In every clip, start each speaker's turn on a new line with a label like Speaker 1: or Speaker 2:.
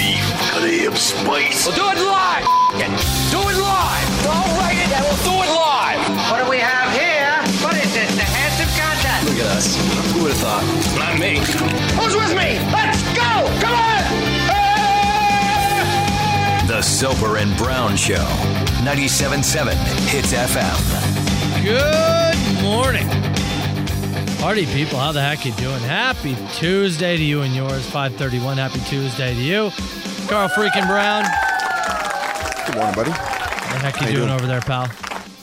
Speaker 1: symphony of spice.
Speaker 2: We'll do it live. F- it. Do it live. I'll write it and we'll do it live.
Speaker 3: What do we have here? What is this? The handsome contest.
Speaker 4: Look at us. Who would have thought?
Speaker 2: Not me.
Speaker 3: Who's with me? Let's go! Come on! Hey!
Speaker 5: The Sober and Brown Show, 97.7 Hits FM.
Speaker 6: Good morning. Party people, how the heck you doing? Happy Tuesday to you and yours. 531, happy Tuesday to you. Carl freaking Brown.
Speaker 7: Good morning, buddy.
Speaker 6: How the heck you, how doing, doing over there, pal?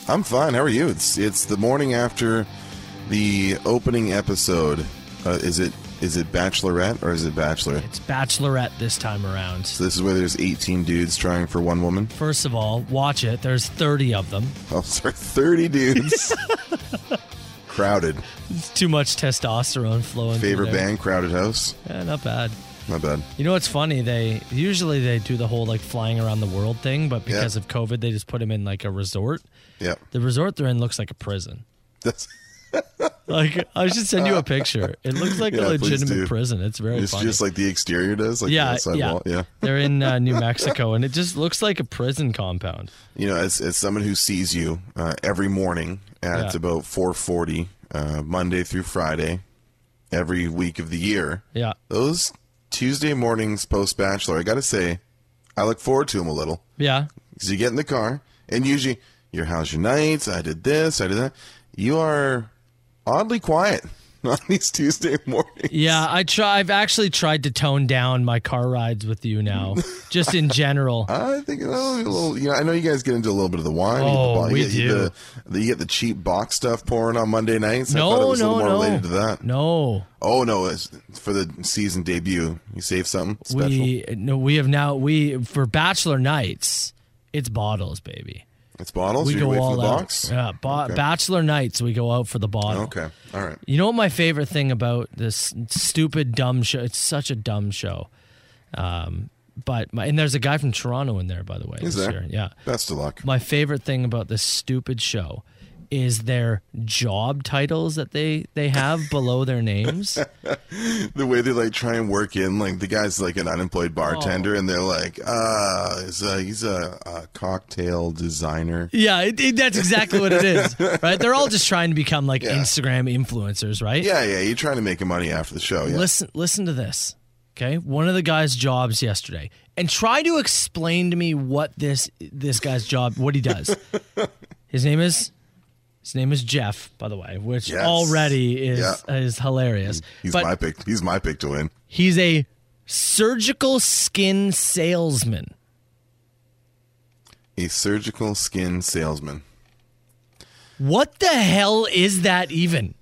Speaker 7: I'm fine. How are you? It's it's the morning after the opening episode. Uh, is it is it Bachelorette or is it Bachelor?
Speaker 6: It's Bachelorette this time around.
Speaker 7: So this is where there's 18 dudes trying for one woman.
Speaker 6: First of all, watch it. There's 30 of them.
Speaker 7: Oh, sorry, 30 dudes. crowded.
Speaker 6: It's too much testosterone flowing.
Speaker 7: Favorite band, Crowded House.
Speaker 6: Yeah, not bad.
Speaker 7: Not bad.
Speaker 6: You know what's funny? They usually they do the whole like flying around the world thing, but because yeah. of COVID, they just put them in like a resort.
Speaker 7: Yeah.
Speaker 6: The resort they're in looks like a prison.
Speaker 7: That's
Speaker 6: like I should send you a picture. It looks like yeah, a legitimate prison. It's very.
Speaker 7: It's
Speaker 6: funny.
Speaker 7: just like the exterior does, like yeah,
Speaker 6: yeah.
Speaker 7: Wall. Yeah.
Speaker 6: They're in uh, New Mexico, and it just looks like a prison compound.
Speaker 7: You know, as, as someone who sees you uh, every morning at yeah. about four forty, uh, Monday through Friday, every week of the year.
Speaker 6: Yeah.
Speaker 7: Those Tuesday mornings post Bachelor, I got to say, I look forward to them a little.
Speaker 6: Yeah.
Speaker 7: Because you get in the car, and usually, your how's your nights? I did this, I did that. You are oddly quiet on these Tuesday mornings.
Speaker 6: Yeah, I try. I've actually tried to tone down my car rides with you now, just in general.
Speaker 7: I think you know, a little. You know, I know you guys get into a little bit of the wine.
Speaker 6: Oh,
Speaker 7: the,
Speaker 6: we
Speaker 7: get,
Speaker 6: do.
Speaker 7: You get, the, you get the cheap box stuff pouring on Monday nights.
Speaker 6: No, no,
Speaker 7: no.
Speaker 6: Related
Speaker 7: to that.
Speaker 6: No.
Speaker 7: Oh no! It's for the season debut, you save something special.
Speaker 6: We no, we have now. We for bachelor nights, it's bottles, baby.
Speaker 7: It's bottles.
Speaker 6: We
Speaker 7: so
Speaker 6: go
Speaker 7: all
Speaker 6: out.
Speaker 7: Box?
Speaker 6: Yeah, bo- okay. bachelor nights. We go out for the bottle.
Speaker 7: Okay, all right.
Speaker 6: You know what my favorite thing about this stupid dumb show? It's such a dumb show. Um, but my, and there's a guy from Toronto in there, by the way.
Speaker 7: Is there?
Speaker 6: Year. Yeah.
Speaker 7: Best of luck.
Speaker 6: My favorite thing about this stupid show is their job titles that they they have below their names.
Speaker 7: the way they like try and work in like the guy's like an unemployed bartender oh. and they're like ah uh, he's a, he's a, a cocktail designer.
Speaker 6: Yeah, it, it, that's exactly what it is. Right? They're all just trying to become like yeah. Instagram influencers, right?
Speaker 7: Yeah, yeah, you're trying to make money after the show. Yeah.
Speaker 6: Listen listen to this. Okay? One of the guy's jobs yesterday. And try to explain to me what this this guy's job what he does. His name is his name is Jeff, by the way, which
Speaker 7: yes.
Speaker 6: already is yeah. is hilarious.
Speaker 7: He's
Speaker 6: but
Speaker 7: my pick. He's my pick to win.
Speaker 6: He's a surgical skin salesman.
Speaker 7: A surgical skin salesman.
Speaker 6: What the hell is that even?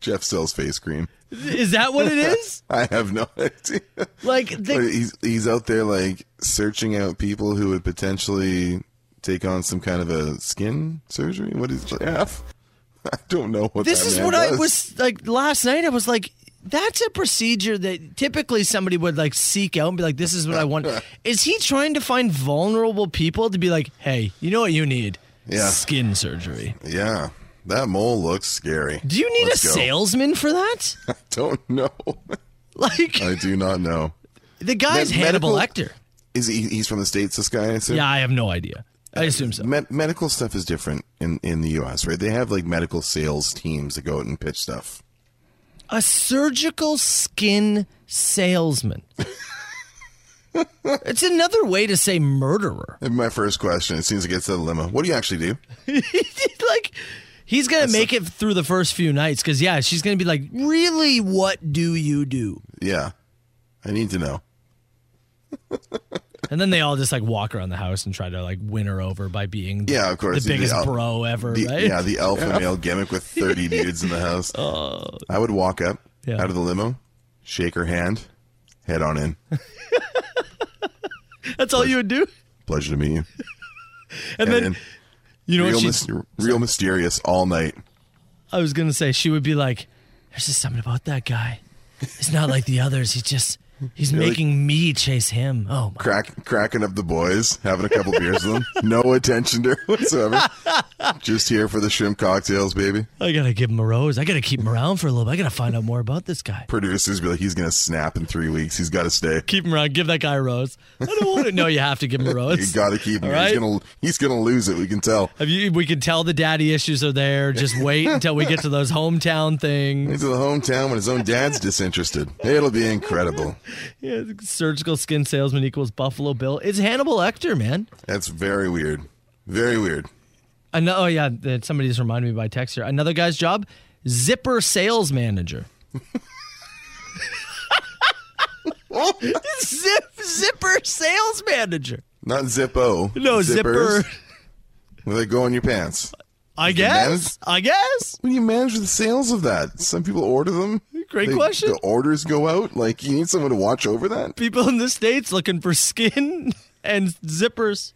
Speaker 7: Jeff sells face cream.
Speaker 6: Is that what it is?
Speaker 7: I have no idea.
Speaker 6: Like the-
Speaker 7: he's he's out there like searching out people who would potentially take on some kind of a skin surgery? What is Jeff? I don't know what
Speaker 6: this
Speaker 7: is.
Speaker 6: What
Speaker 7: does.
Speaker 6: I was like last night. I was like, that's a procedure that typically somebody would like seek out and be like, this is what I want. is he trying to find vulnerable people to be like, hey, you know what you need?
Speaker 7: Yeah.
Speaker 6: Skin surgery.
Speaker 7: Yeah. That mole looks scary.
Speaker 6: Do you need
Speaker 7: Let's
Speaker 6: a
Speaker 7: go.
Speaker 6: salesman for that?
Speaker 7: I don't know.
Speaker 6: Like
Speaker 7: I do not know.
Speaker 6: The guy's
Speaker 7: Med-
Speaker 6: Hannibal
Speaker 7: Uh, medical-
Speaker 6: Lecter.
Speaker 7: Is he? He's from the states. This guy. I assume?
Speaker 6: Yeah, I have no idea. I assume so.
Speaker 7: Med- medical stuff is different in, in the U.S., right? They have like medical sales teams that go out and pitch stuff.
Speaker 6: A surgical skin salesman. it's another way to say murderer.
Speaker 7: And my first question, as soon as it gets to the limo, what do you actually do?
Speaker 6: like, he's going to make it through the first few nights because, yeah, she's going to be like, really, what do you do?
Speaker 7: Yeah, I need to know.
Speaker 6: And then they all just like walk around the house and try to like win her over by being
Speaker 7: Yeah, of course.
Speaker 6: the biggest
Speaker 7: al-
Speaker 6: bro ever,
Speaker 7: the-
Speaker 6: right?
Speaker 7: Yeah, the alpha male gimmick with 30 dudes in the house. I would walk up
Speaker 6: Oh. Yeah.
Speaker 7: out of the limo, shake her hand, head on in.
Speaker 6: That's all you would do.
Speaker 7: Pleasure to meet you.
Speaker 6: And, then you know
Speaker 7: real,
Speaker 6: what she,
Speaker 7: mys- real mysterious all night.
Speaker 6: I was gonna say she would be like, "There's just something about that guy. It's not like the others. He just He's
Speaker 7: Really?
Speaker 6: making me chase him. Oh, my.
Speaker 7: Crack, cracking up the boys, having a couple beers with them. No attention to her whatsoever. Just here for the shrimp cocktails, baby.
Speaker 6: I gotta give him a rose. I gotta keep him around for a little bit. I gotta find out more about this guy.
Speaker 7: Producers be like, he's gonna snap in three weeks. He's got to stay.
Speaker 6: Keep him around. Give that guy a rose. I don't want to. No, you have to give him a
Speaker 7: You
Speaker 6: rose.
Speaker 7: got to keep him.
Speaker 6: All
Speaker 7: here.
Speaker 6: right.
Speaker 7: He's gonna he's gonna lose it. We can tell.
Speaker 6: Have you, we can tell the daddy issues are there. Just wait until we get to those hometown things.
Speaker 7: Into the hometown when his own dad's disinterested. It'll be incredible.
Speaker 6: Yeah, surgical skin salesman equals Buffalo Bill. It's Hannibal Lecter, man.
Speaker 7: That's very weird. Very weird.
Speaker 6: Ano- oh yeah, that- somebody just reminded me by text here. Another guy's job: zipper sales manager. Zip, zipper sales manager.
Speaker 7: Not Zippo.
Speaker 6: No
Speaker 7: Zippers.
Speaker 6: zipper.
Speaker 7: Will they go in your pants?
Speaker 6: I guess. I guess.
Speaker 7: When you manage the sales of that, some people order them.
Speaker 6: Great
Speaker 7: They-
Speaker 6: question.
Speaker 7: The orders go out. Like you need someone to watch over that.
Speaker 6: People in the states looking for skin and zippers.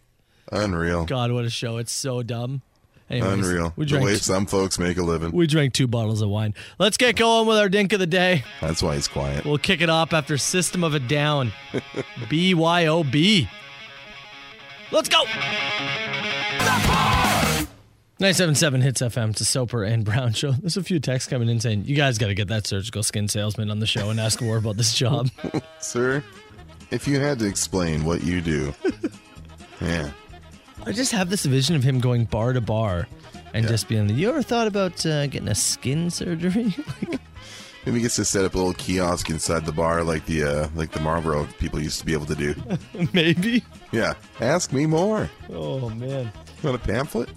Speaker 7: Unreal.
Speaker 6: God, what a show! It's so dumb. Anyways,
Speaker 7: Unreal.
Speaker 6: We
Speaker 7: the
Speaker 6: drank.
Speaker 7: way some folks make a living.
Speaker 6: we drank two bottles of wine. Let's get going with our dink of the day.
Speaker 7: That's why he's quiet.
Speaker 6: We'll kick it off after System of a Down. BYOB. Let's go. 977 Hits FM to Soper and Brown Show. There's a few texts coming in saying, you guys got to get that surgical skin salesman on the show and ask more about this job.
Speaker 7: Sir, if you had to explain what you do. yeah.
Speaker 6: I just have this vision of him going bar to bar and just being, you ever thought about uh, getting a skin surgery?
Speaker 7: Maybe he gets to set up a little kiosk inside the bar like the uh, like the Marlboro people used to be able to do.
Speaker 6: Maybe.
Speaker 7: Yeah. Ask me more.
Speaker 6: Oh, man.
Speaker 7: Want a pamphlet?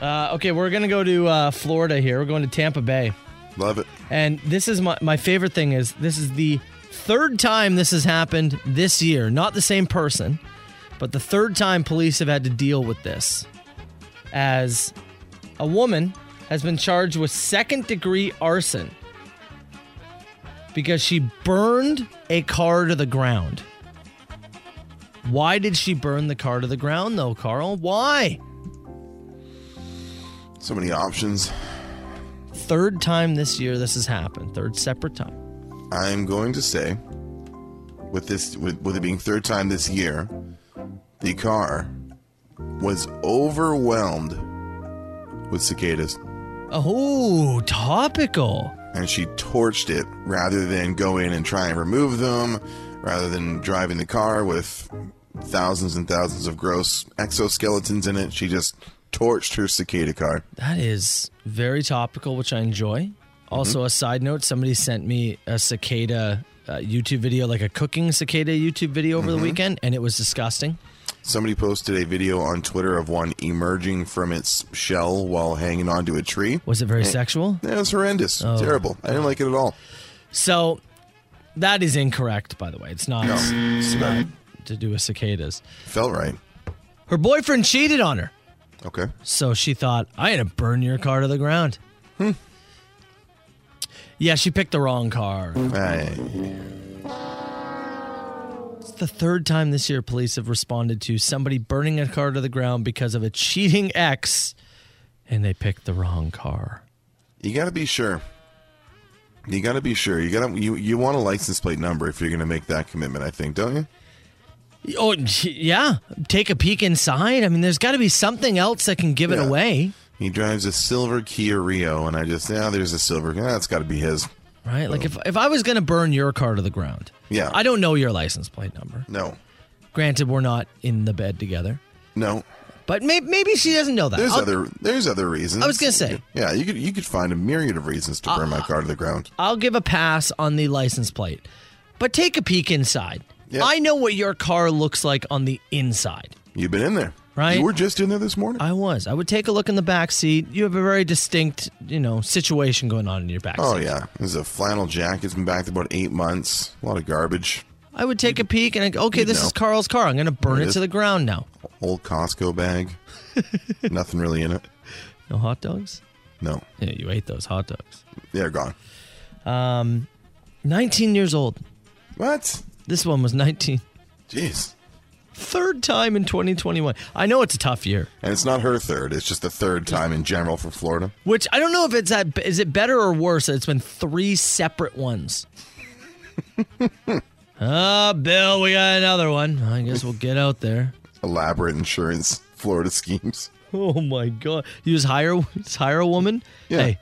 Speaker 6: Uh, okay, we're going to go to uh, Florida here. We're going to Tampa Bay.
Speaker 7: Love it.
Speaker 6: And this is my, my favorite thing is this is the third time this has happened this year. Not the same person, but the third time police have had to deal with this. As a woman has been charged with second degree arson because she burned a car to the ground. Why did she burn the car to the ground though, Carl? Why?
Speaker 7: So many options.
Speaker 6: Third time this year this has happened. Third separate time.
Speaker 7: I'm going to say, with this, with, with it being third time this year, the car was overwhelmed with cicadas,
Speaker 6: Oh, topical.
Speaker 7: and she torched it rather than go in and try and remove them, rather than driving the car with thousands and thousands of gross exoskeletons in it. She just torched her cicada car.
Speaker 6: That is very topical, which I enjoy. Also, a side note somebody sent me a cicada uh, YouTube video, like a cooking cicada YouTube video over the weekend, and it was disgusting.
Speaker 7: Somebody posted a video on Twitter of one emerging from its shell while hanging onto a tree.
Speaker 6: Was it very sexual?
Speaker 7: That was horrendous. Terrible. I didn't like it at all.
Speaker 6: So, that is incorrect, by the way. It's not, it's not to do with cicadas.
Speaker 7: Felt right.
Speaker 6: Her boyfriend cheated on her.
Speaker 7: Okay.
Speaker 6: So she thought, I had to burn your car to the ground.
Speaker 7: Hmm.
Speaker 6: Yeah, she picked the wrong car.
Speaker 7: Aye.
Speaker 6: the third time this year police have responded to somebody burning a car to the ground because of a cheating ex and they picked the wrong car.
Speaker 7: You gotta be sure. You gotta be sure. You gotta you you want a license plate number if you're gonna make that commitment. I think, don't you?
Speaker 6: Oh, yeah. Take a peek inside. I mean, there's got to be something else that can give it
Speaker 7: Yeah.
Speaker 6: away,
Speaker 7: He drives a silver Kia Rio, and I just yeah, there's a silver. Yeah, that's gotta be his.
Speaker 6: right? Like, if, if I was going to burn your car to the ground,
Speaker 7: Yeah.
Speaker 6: I don't know your license plate number.
Speaker 7: No,
Speaker 6: Granted, we're not in the bed together,
Speaker 7: no.
Speaker 6: but may, maybe she doesn't know that.
Speaker 7: There's
Speaker 6: I'll-
Speaker 7: other there's other reasons.
Speaker 6: Oh. I was gonna say. Uh,
Speaker 7: Yeah, you could you could find a myriad of reasons to burn my car to the ground.
Speaker 6: I'll give a pass on the license plate, but take a peek inside.
Speaker 7: Yeah.
Speaker 6: I know what your car looks like on the inside.
Speaker 7: You've been in there,
Speaker 6: Right.
Speaker 7: You were just in there this morning.
Speaker 6: I was. I would take a look in the back seat. You have a very distinct, you know, situation going on in your back
Speaker 7: oh
Speaker 6: seat.
Speaker 7: yeah, there's a flannel jacket. It's been back there about eight months. A lot of garbage.
Speaker 6: I would take a peek and I go, okay, this
Speaker 7: know.
Speaker 6: is Carl's car. I'm going to burn
Speaker 7: It
Speaker 6: it
Speaker 7: is.
Speaker 6: to the ground now.
Speaker 7: Old Costco bag. Nothing really in it.
Speaker 6: No hot dogs?
Speaker 7: No.
Speaker 6: Yeah, you ate those hot dogs.
Speaker 7: They're gone.
Speaker 6: 19 years old.
Speaker 7: What?
Speaker 6: This one was 19.
Speaker 7: Jeez.
Speaker 6: Third time in 2021. I know it's a tough year,
Speaker 7: And it's not her third. It's just the third time in general for Florida.
Speaker 6: which I don't know if it's that. Is it better or worse? that It's been three separate ones. Ah, Bill, we got another one. I guess we'll get out there.
Speaker 7: Elaborate insurance Florida schemes.
Speaker 6: Oh my god. You just hire just hire a woman?
Speaker 7: Yeah.
Speaker 6: Hey,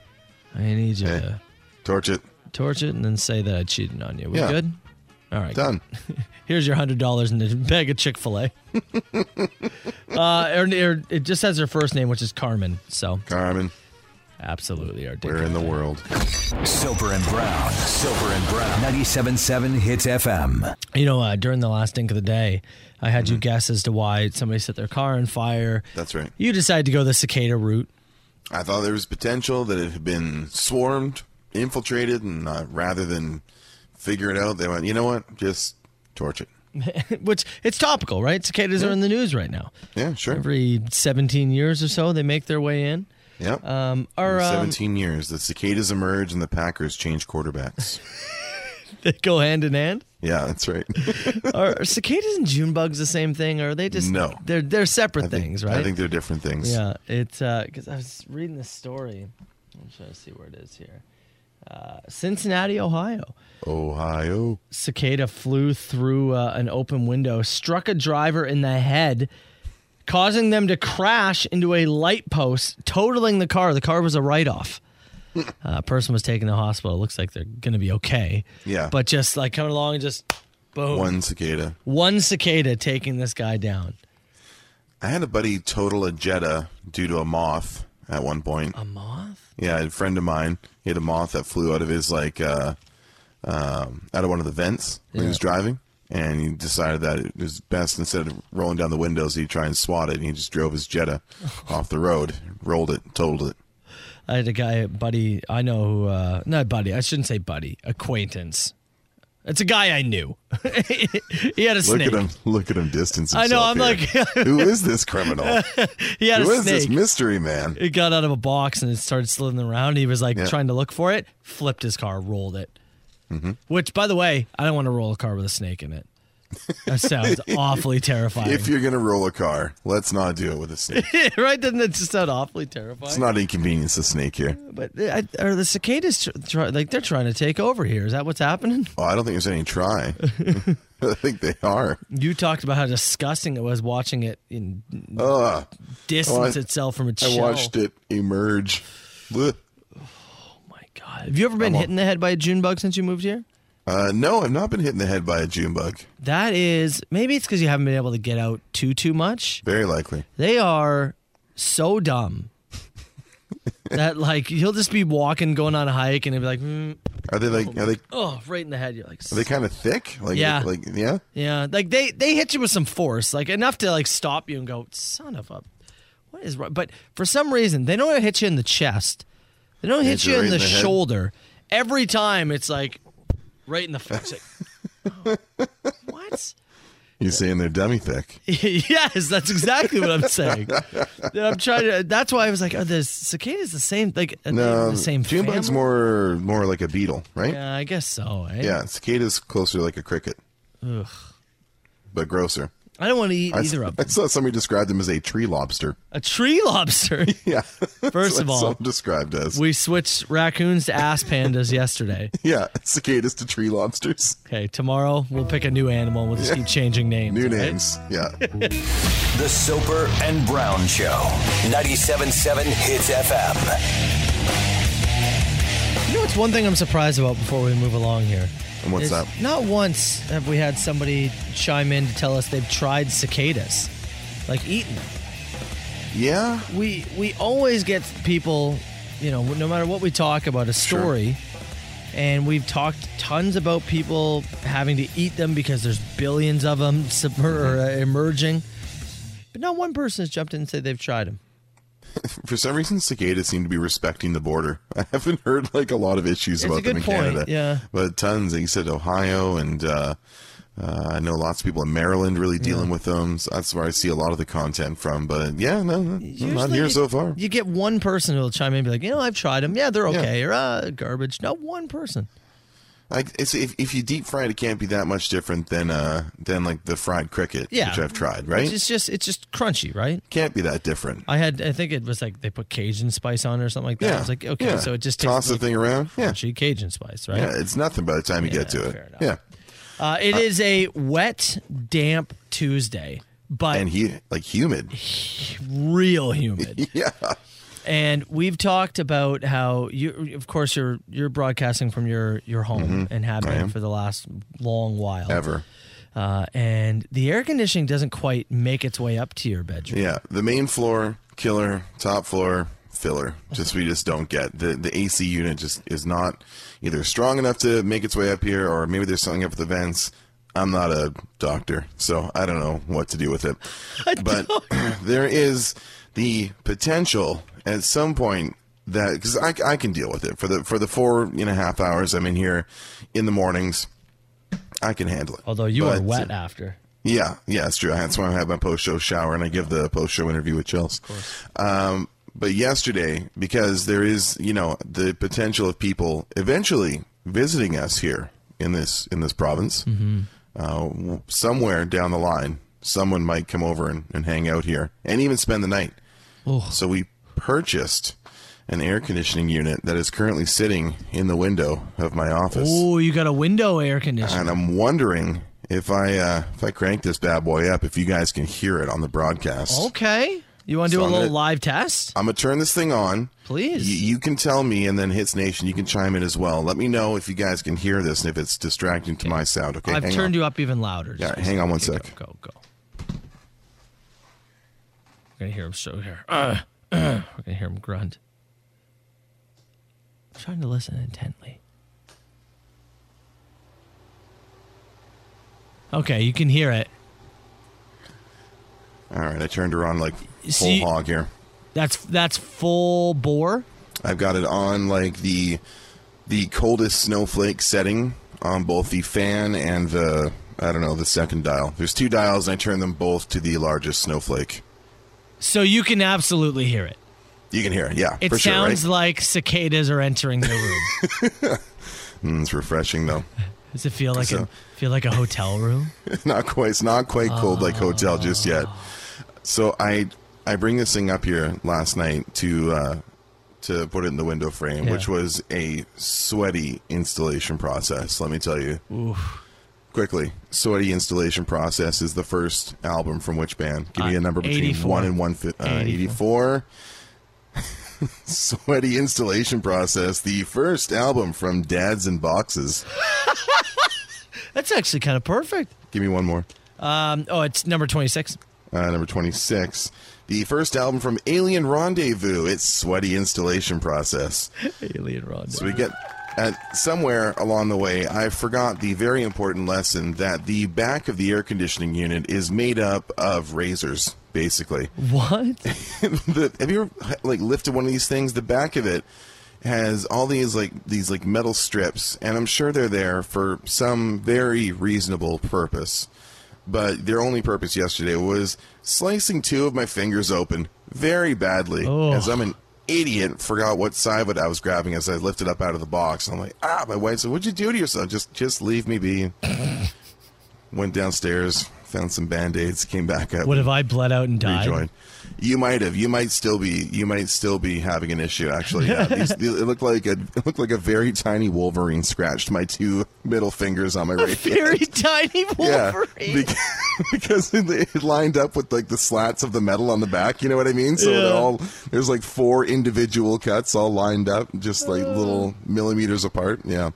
Speaker 6: I need you
Speaker 7: Hey.
Speaker 6: to
Speaker 7: Torch it.
Speaker 6: torch it and then say that I cheated on you. We
Speaker 7: Yeah.
Speaker 6: good? All right.
Speaker 7: Done.
Speaker 6: Here's your hundred dollars and a bag of Chick Fil A. uh, or, or it just has her first name, which is Carmen. So
Speaker 7: Carmen,
Speaker 6: absolutely, our
Speaker 7: we're in the world.
Speaker 5: Soper and Brown. Soper and Brown. 97.7 Hits FM.
Speaker 6: You know, uh, during the last dink of the day, I had you guess as to why somebody set their car on fire.
Speaker 7: Mm-hmm. That's right.
Speaker 6: You decided to go the cicada route.
Speaker 7: I thought there was potential that it had been swarmed, infiltrated, and uh, rather than figure it out, they went, you know what? Just torch it.
Speaker 6: which it's topical, right? Cicadas are in the news right now.
Speaker 7: Yeah, sure.
Speaker 6: Every 17 years or so, they make their way in.
Speaker 7: yep.
Speaker 6: Um, or
Speaker 7: In
Speaker 6: um,
Speaker 7: 17 years, the cicadas emerge and the Packers change quarterbacks.
Speaker 6: they go hand in hand.
Speaker 7: yeah, that's right.
Speaker 6: Are, are cicadas and June bugs the same thing, or are they just
Speaker 7: No.
Speaker 6: They're they're separate
Speaker 7: I think-
Speaker 6: things, right?
Speaker 7: I think they're different things.
Speaker 6: yeah, it's because I was reading this story. I'm trying to see where it is here. Uh, Cincinnati, Ohio.
Speaker 7: Ohio.
Speaker 6: cicada flew through uh, an open window, struck a driver in the head, causing them to crash into a light post, totaling the car. The car was a write off. Uh, person was taken to the hospital. Looks like they're going to be okay.
Speaker 7: Yeah.
Speaker 6: But just like coming along and just boom.
Speaker 7: One
Speaker 6: One.
Speaker 7: cicada.
Speaker 6: cicada taking this guy down.
Speaker 7: I had a buddy total a Jetta due to a moth at one point.
Speaker 6: A moth?
Speaker 7: Yeah, a friend of mine, he had a moth that flew out of his like uh, um, out of one of the vents when he was driving, and he decided that it was best instead of rolling down the windows, he'd try and swat it, and he just drove his Jetta off the road, rolled it, totaled it.
Speaker 6: I had a guy, a buddy, I know who, uh, not buddy, I shouldn't say buddy, acquaintance. It's a guy I knew. he had a
Speaker 7: Look
Speaker 6: snake.
Speaker 7: at him! Look at him! Distance.
Speaker 6: I know,
Speaker 7: himself
Speaker 6: I'm
Speaker 7: here. who is this criminal?
Speaker 6: He had
Speaker 7: Who
Speaker 6: a
Speaker 7: is
Speaker 6: snake.
Speaker 7: this mystery man?
Speaker 6: it got out of a box and it started slithering around. he was like
Speaker 7: Yeah.
Speaker 6: trying to look for it, flipped his car, rolled it.
Speaker 7: Mm-hmm.
Speaker 6: Which, by the way, I don't want to roll a car with a snake in it. That sounds awfully terrifying.
Speaker 7: If you're gonna roll a car, let's not do it with a snake.
Speaker 6: right? Doesn't that just sound awfully terrifying?
Speaker 7: Let's not inconvenience the snake here.
Speaker 6: but uh, I, are the cicadas tr- try, like they're trying to take over here? Is that what's happening?
Speaker 7: Oh, I don't think there's any try. I think they are.
Speaker 6: You talked about how disgusting it was watching it in
Speaker 7: Ugh.
Speaker 6: distance
Speaker 7: Oh, I-
Speaker 6: itself from its
Speaker 7: I
Speaker 6: shell.
Speaker 7: watched it emerge. Blech.
Speaker 6: Oh My God, have you ever been
Speaker 7: I'm
Speaker 6: hit in the head by a June bug since you moved here?
Speaker 7: Uh, no, I've not been hit in the head by a June bug.
Speaker 6: That is maybe it's because you haven't been able to get out too too much.
Speaker 7: Very likely.
Speaker 6: They are so dumb that like he'll just be walking, going on a hike, and he'll be like, mm,
Speaker 7: Are they like? Are they?
Speaker 6: "Oh, right in the head." You're like,
Speaker 7: Are they kind of thick? Like,
Speaker 6: Yeah.
Speaker 7: Like, yeah.
Speaker 6: "Yeah." Like they they hit you with some force, like enough to like stop you and go, "Son of a, what is?" wrong?" But for some reason, they don't hit you in the chest. They don't hit
Speaker 7: it's
Speaker 6: you
Speaker 7: right
Speaker 6: in the,
Speaker 7: in the head.
Speaker 6: shoulder. Every time, it's like right in the face. It's like, oh, what?
Speaker 7: You're saying they're dummy thick.
Speaker 6: yes, that's exactly what I'm saying. That I'm trying to. That's why I was like, "Are the cicadas the same? Like are they
Speaker 7: No,
Speaker 6: the same
Speaker 7: June
Speaker 6: family?
Speaker 7: bug's more more like a beetle, right?
Speaker 6: Yeah, I guess so. Eh?
Speaker 7: Yeah, Cicada's closer like a cricket. But grosser.
Speaker 6: I don't want to eat
Speaker 7: I,
Speaker 6: either
Speaker 7: s-
Speaker 6: of
Speaker 7: I
Speaker 6: them.
Speaker 7: saw somebody described him as a tree lobster.
Speaker 6: A tree lobster.
Speaker 7: Yeah.
Speaker 6: First of all,
Speaker 7: some described as.
Speaker 6: we switched raccoons to ass pandas yesterday.
Speaker 7: yeah, cicadas to tree lobsters.
Speaker 6: Okay, tomorrow we'll pick a new animal. We'll just keep changing names.
Speaker 7: New
Speaker 6: all right?
Speaker 7: names. Yeah.
Speaker 5: The Soper and Brown Show. 97.7 Hits FM.
Speaker 6: You know, what's one thing I'm surprised about before we move along here.
Speaker 7: And what's
Speaker 6: Is
Speaker 7: that?
Speaker 6: Not once have we had somebody chime in to tell us they've tried cicadas, like eaten them.
Speaker 7: Yeah.
Speaker 6: we we always get people, you know, no matter what we talk about a story, and we've talked tons about people having to eat them because there's billions of them submer- or, uh,
Speaker 7: Mm-hmm.
Speaker 6: emerging, but not one person has jumped in and said they've tried them.
Speaker 7: For some reason, cicadas seem to be respecting the border. I haven't heard like a lot of issues
Speaker 6: a
Speaker 7: about them
Speaker 6: good
Speaker 7: in
Speaker 6: point,
Speaker 7: Canada.
Speaker 6: yeah.
Speaker 7: but tons. Like you said, Ohio, and uh, uh, I know lots of people in Maryland really dealing with them. So that's where I see a lot of the content from. But uh, yeah, no, no not
Speaker 6: Usually
Speaker 7: here
Speaker 6: you-
Speaker 7: so far.
Speaker 6: You get one person who'll chime in and be like, you know, I've tried them. Yeah, they're okay. Or uh, garbage. Not one person.
Speaker 7: Like it's, if if you deep fry it, it can't be that much different than uh than like the fried cricket,
Speaker 6: Yeah.
Speaker 7: which I've tried. Right,
Speaker 6: It's just it's just crunchy, right?
Speaker 7: can't be that different.
Speaker 6: I had I think it was like they put Cajun spice on it or something like that.
Speaker 7: yeah,
Speaker 6: I was like, okay,
Speaker 7: yeah.
Speaker 6: so it just
Speaker 7: toss
Speaker 6: tastes
Speaker 7: the
Speaker 6: like
Speaker 7: thing around. Yeah,
Speaker 6: crunchy Cajun spice, right?
Speaker 7: yeah, it's nothing by the time you get
Speaker 6: Yeah,
Speaker 7: to
Speaker 6: fair
Speaker 7: it.
Speaker 6: enough.
Speaker 7: Yeah.
Speaker 6: Uh, it is a wet, damp Tuesday, but
Speaker 7: and he like humid.
Speaker 6: real humid.
Speaker 7: Yeah,
Speaker 6: and we've talked about how you, of course, you're you're broadcasting from your your home and have been for the last long while.
Speaker 7: Mm-hmm. ever.
Speaker 6: Uh, and the air conditioning doesn't quite make its way up to your bedroom.
Speaker 7: Yeah, the main floor killer, top floor filler. Just we just don't get the the AC unit just is not either strong enough to make its way up here, or maybe there's something up with the vents. I'm not a doctor, so I don't know what to do with it. But there is the potential at some point that because I, I can deal with it for the for the four and a half hours I'm in here in the mornings. I can handle it.
Speaker 6: Although you are
Speaker 7: But- uh,
Speaker 6: wet after.
Speaker 7: yeah, yeah, it's true. That's why I have my post show shower and I give the post show interview with Chels. Um, but yesterday, because there is, you know, the potential of people eventually visiting us here in this in this province, uh, w- somewhere down the line, someone might come over and, and hang out here and even spend the night. So we purchased an air conditioning unit that is currently sitting in the window of my office
Speaker 6: Oh, you got a window air conditioner.
Speaker 7: and I'm wondering if I uh, if I crank this bad boy up, if you guys can hear it on the broadcast.
Speaker 6: Oh. Okay. You want to do
Speaker 7: So
Speaker 6: a
Speaker 7: I'm
Speaker 6: little
Speaker 7: gonna-
Speaker 6: live test?
Speaker 7: I'm gonna turn this thing on.
Speaker 6: Please.
Speaker 7: Y- you can tell me, and then Hits Nation, you can chime in as well. Let me know if you guys can hear this and if it's distracting to my sound. Okay,
Speaker 6: I've
Speaker 7: hang
Speaker 6: turned
Speaker 7: on.
Speaker 6: you up even louder.
Speaker 7: Yeah,
Speaker 6: Just-
Speaker 7: hang on one
Speaker 6: okay,
Speaker 7: sec.
Speaker 6: Go, go, go. We're gonna hear him so here. Uh, uh, we're gonna hear him grunt. I'm trying to listen intently. Okay, you can hear it.
Speaker 7: All right, I turned her on like full
Speaker 6: See-
Speaker 7: hog here.
Speaker 6: That's that's full bore.
Speaker 7: I've got it on like the the coldest snowflake setting on both the fan and the I don't know the second dial. There's two dials, and I turn them both to the largest snowflake.
Speaker 6: So you can absolutely hear it.
Speaker 7: You can hear it, yeah.
Speaker 6: It
Speaker 7: for sure, right?
Speaker 6: sounds like cicadas are entering the room.
Speaker 7: Mm, it's refreshing though.
Speaker 6: Does it feel like
Speaker 7: So-
Speaker 6: a feel like a hotel room?
Speaker 7: not quite. It's not quite cold like hotel just yet. So I I bring this thing up here last night to uh, to put it in the window frame,
Speaker 6: Yeah.
Speaker 7: which was a sweaty installation process. Let me tell you. Quickly, sweaty installation process is the first album from which band? Give me
Speaker 6: Uh,
Speaker 7: a number between
Speaker 6: 84.
Speaker 7: one and one fi- uh, 84. sweaty installation process, the first album from Dads and Boxes.
Speaker 6: That's actually kind of perfect.
Speaker 7: Give me one more.
Speaker 6: Um, oh, it's number twenty six.
Speaker 7: uh, number 26. The first album from Alien Rendezvous, its sweaty installation process.
Speaker 6: Alien Rod.
Speaker 7: So we get at somewhere along the way, I forgot the very important lesson that the back of the air conditioning unit is made up of razors, basically.
Speaker 6: What?
Speaker 7: the, have you ever like lifted one of these things? The back of it has all these like these like metal strips, and I'm sure they're there for some very reasonable purpose. But their only purpose yesterday was slicing two of my fingers open very badly,
Speaker 6: Oh.
Speaker 7: as I'm an idiot forgot what side of it I was grabbing as I lifted up out of the box. I'm like, ah, my wife said, "What'd you do to yourself? Just just leave me be." Went downstairs, found some band aids, came back up
Speaker 6: What if I bled out and died?
Speaker 7: rejoin. You might have. You might still be. You might still be having an issue. Actually, yeah. These, it looked like a it looked like a very tiny Wolverine scratched my two middle fingers on my right hand.
Speaker 6: Very tiny
Speaker 7: Yeah,
Speaker 6: Wolverine.
Speaker 7: beca- because it, it lined up with like the slats of the metal on the back. You know what I mean? So
Speaker 6: Yeah.
Speaker 7: they're all there's like four individual cuts all lined up, just like
Speaker 6: Oh.
Speaker 7: little millimeters apart. Yeah,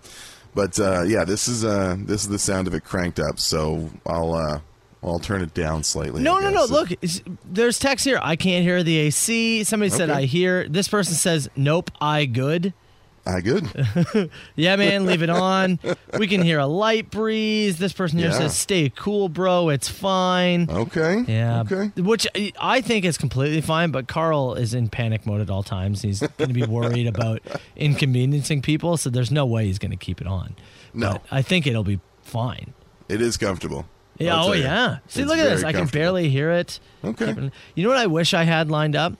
Speaker 7: but uh, yeah, this is uh this is the sound of it cranked up. So I'll uh I'll turn it down slightly.
Speaker 6: no,
Speaker 7: I
Speaker 6: no, no.
Speaker 7: guess.
Speaker 6: Look, it's- there's text here. I can't hear the AC. Somebody said
Speaker 7: Okay.
Speaker 6: I hear. This person says, "Nope, I good."
Speaker 7: I good.
Speaker 6: Yeah, man, leave it on. We can hear a light breeze. This person here
Speaker 7: Yeah.
Speaker 6: says, "Stay cool, bro. It's fine."
Speaker 7: Okay.
Speaker 6: Yeah.
Speaker 7: Okay.
Speaker 6: Which I- I think is completely fine, but Carl is in panic mode at all times. He's going to be worried about inconveniencing people, so there's no way he's going to keep it on.
Speaker 7: No.
Speaker 6: But I think it'll be fine.
Speaker 7: It is comfortable.
Speaker 6: Yeah,
Speaker 7: I'll
Speaker 6: oh,
Speaker 7: tell you.
Speaker 6: yeah. See,
Speaker 7: It's
Speaker 6: look at this.
Speaker 7: very
Speaker 6: I can
Speaker 7: comfortable.
Speaker 6: barely hear it.
Speaker 7: Okay.
Speaker 6: Keeping- You know what I wish I had lined up?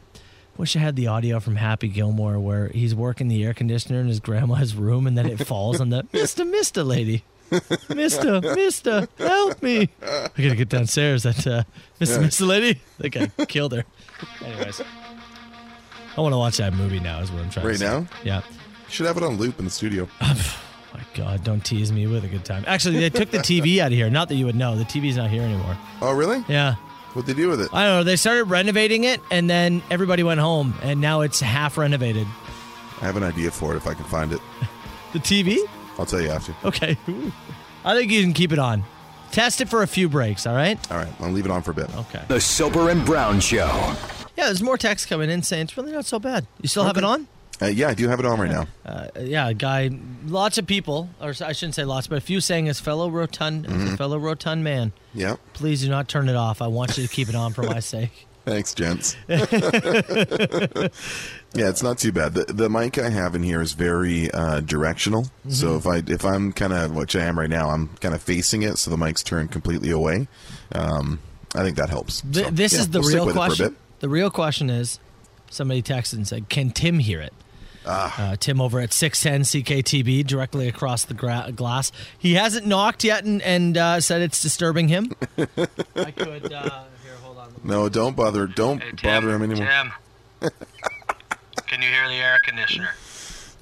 Speaker 6: Wish I had the audio from Happy Gilmore where he's working the air conditioner in his grandma's room and then it falls on the Mister Mister lady. Mister, Mister, help me! I gotta get downstairs. That uh, Mister Mister lady, that guy killed her. Anyways, I want to watch that movie now. Is what I'm trying
Speaker 7: Right
Speaker 6: to say.
Speaker 7: now?
Speaker 6: Yeah,
Speaker 7: Should have it on loop in the studio.
Speaker 6: my God, don't tease me with a good time. Actually, they took the TV out of here. Not that you would know. The TV's not here anymore.
Speaker 7: Oh, really?
Speaker 6: Yeah.
Speaker 7: What'd they do with it?
Speaker 6: I don't know. They started renovating it, and then everybody went home, and now it's half renovated.
Speaker 7: I have an idea for it if I can find it.
Speaker 6: The TV?
Speaker 7: I'll tell you after.
Speaker 6: Okay. I think you can keep it on. Test it for a few breaks, all right?
Speaker 7: All right, I'll leave it on for a bit.
Speaker 6: Okay.
Speaker 5: The Soper and Brown Show.
Speaker 6: Yeah, there's more text coming in saying it's really not so bad. You still have it on?
Speaker 7: Uh, yeah, I do have it on right now.
Speaker 6: Uh, yeah, a guy, lots of people, or I shouldn't say lots, but a few saying his fellow rotund, his fellow rotund man.
Speaker 7: Yeah.
Speaker 6: Please do not turn it off. I want you to keep it on for my sake.
Speaker 7: Thanks, gents. yeah, it's not too bad. The, the mic I have in here is very uh, directional.
Speaker 6: Mm-hmm.
Speaker 7: So if I if I'm kind of which I am right now, I'm kind of facing it, so the mic's turned completely away. Um, I think that helps.
Speaker 6: Th-
Speaker 7: So,
Speaker 6: this
Speaker 7: yeah,
Speaker 6: is the
Speaker 7: we'll stick
Speaker 6: real
Speaker 7: with it for a
Speaker 6: question.
Speaker 7: bit.
Speaker 6: The real question is somebody texted and said, Can Tim hear it?
Speaker 7: Ah.
Speaker 6: Uh, Tim over at 610 CKTB, directly across the gra- glass. He hasn't knocked yet and, and uh, said it's disturbing him. I could. Uh, here, hold on.
Speaker 7: No, don't bother. Don't
Speaker 1: Hey, Tim,
Speaker 7: bother him anymore.
Speaker 1: Tim, can you hear the air conditioner?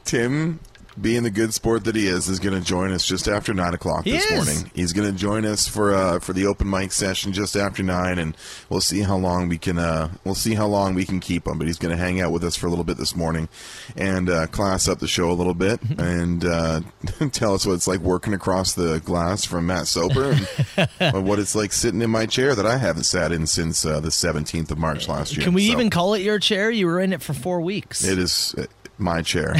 Speaker 7: Tim, being the good sport that he is, is going to join us just after nine o'clock
Speaker 6: He
Speaker 7: this
Speaker 6: is.
Speaker 7: morning. He's going to join us for uh, for the open mic session just after nine, and we'll see how long we can uh, we'll see how long we can keep him. But he's going to hang out with us for a little bit this morning and uh, class up the show a little bit and uh, tell us what it's like working across the glass from Matt Soper and what it's like sitting in my chair that I haven't sat in since uh, the seventeenth of March last year.
Speaker 6: Can we
Speaker 7: So-
Speaker 6: even call it your chair? You were in it for four weeks.
Speaker 7: It is uh, my chair.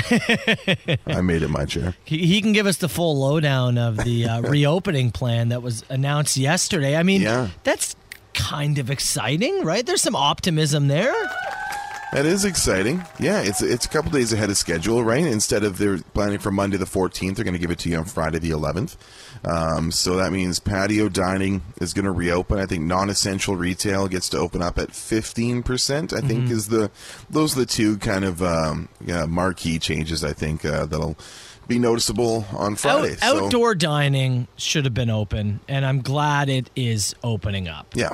Speaker 7: I made it my chair.
Speaker 6: He, he can give us the full lowdown of the uh, reopening plan that was announced yesterday. I mean,
Speaker 7: Yeah.
Speaker 6: that's kind of exciting, right? There's some optimism there.
Speaker 7: That is exciting. Yeah, it's it's a couple days ahead of schedule, right? Instead of they're planning for Monday the 14th, they're going to give it to you on Friday the 11th. Um, so that means patio dining is going to reopen. I think non-essential retail gets to open up at 15%. I think is the those are the two kind of um, yeah, marquee changes. I think uh, that'll be noticeable on
Speaker 6: Out,
Speaker 7: Friday. So-
Speaker 6: outdoor dining should have been open, and I'm glad it is opening up.
Speaker 7: yeah.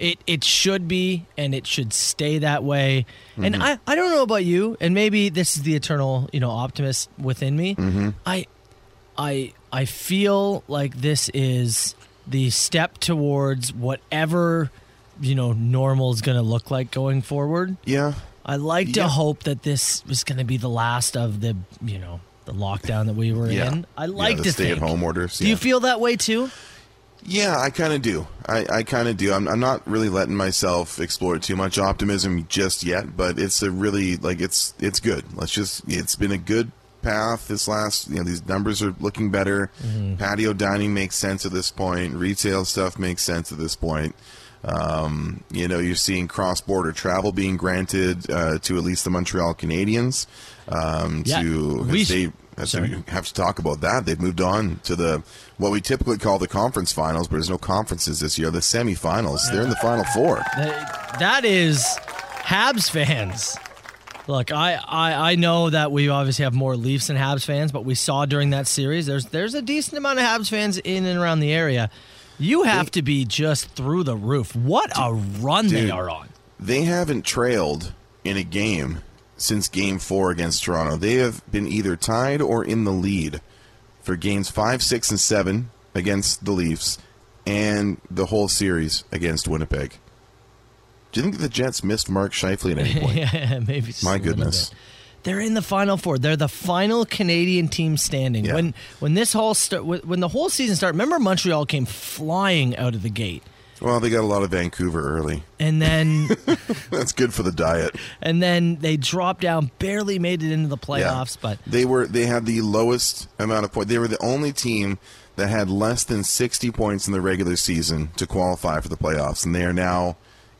Speaker 6: It it should be, and it should stay that way.
Speaker 7: Mm-hmm.
Speaker 6: And I I don't know about you, and maybe this is the eternal you know optimist within me.
Speaker 7: Mm-hmm.
Speaker 6: I I I feel like this is the step towards whatever you know normal is going to look like going forward.
Speaker 7: Yeah.
Speaker 6: I like to
Speaker 7: Yeah.
Speaker 6: hope that this was going to be the last of the you know the lockdown that we were
Speaker 7: Yeah.
Speaker 6: in. I
Speaker 7: Yeah,
Speaker 6: like
Speaker 7: the
Speaker 6: to think.
Speaker 7: stay-at-home orders.
Speaker 6: Do you
Speaker 7: yeah.
Speaker 6: feel that way too?
Speaker 7: Yeah, I kind of do. I, I kind of do. I'm, I'm not really letting myself explore too much optimism just yet, but it's a really like it's it's good. Let's just it's been a good path this last you know these numbers are looking better. Patio dining makes sense at this point. Retail stuff makes sense at this point. Um, you know, you're seeing cross-border travel being granted uh, to at least the Montreal Canadiens. Um,
Speaker 6: Yeah,
Speaker 7: to
Speaker 6: we
Speaker 7: as they
Speaker 6: s-
Speaker 7: as
Speaker 6: sorry.
Speaker 7: we have to talk about that. They've moved on to the what we typically call the conference finals, but there's no conferences this year. The semifinals. They're in the final four.
Speaker 6: That, that is Habs fans. Look, I, I, I know that we obviously have more Leafs and Habs fans, but we saw during that series there's there's a decent amount of Habs fans in and around the area. You have to be just through the roof. What a run they
Speaker 7: dude.
Speaker 6: are on.
Speaker 7: They haven't trailed in a game since Game Four against Toronto. They have been either tied or in the lead for games five, six, and seven against the Leafs, and the whole series against Winnipeg. Do you think the Jets missed Mark Scheifele at any point?
Speaker 6: yeah, maybe. just
Speaker 7: My
Speaker 6: a little
Speaker 7: goodness.
Speaker 6: bit. They're in the final four. They're the final Canadian team standing.
Speaker 7: Yeah.
Speaker 6: When when this whole st- when when the whole season started, remember Montreal came flying out of the gate,
Speaker 7: Well, they got a lot of Vancouver early.
Speaker 6: and then
Speaker 7: That's good for the diet.
Speaker 6: and then they dropped down, barely made it into the playoffs. But
Speaker 7: they were they had the lowest amount of points. They were the only team that had less than sixty points in the regular season to qualify for the playoffs, and they are now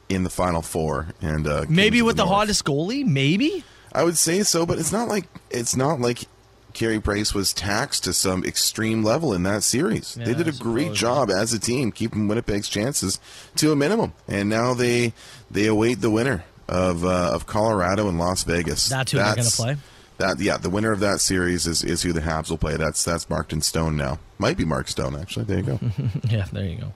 Speaker 7: in the final four. And uh,
Speaker 6: maybe
Speaker 7: Kings of
Speaker 6: with the
Speaker 7: North.
Speaker 6: hottest goalie, maybe.
Speaker 7: I would say so, but it's not like it's not like Carey Price was taxed to some extreme level in that series. they did
Speaker 6: I
Speaker 7: a great
Speaker 6: suppose,
Speaker 7: job as a team, keeping Winnipeg's chances to a minimum, and now they they await the winner of uh, of Colorado and Las Vegas.
Speaker 6: That's who they're gonna play?
Speaker 7: That yeah, the winner of that series is, is who the Habs will play. That's that's marked in stone now. Might be Mark Stone actually. There you go.
Speaker 6: Yeah, there you go.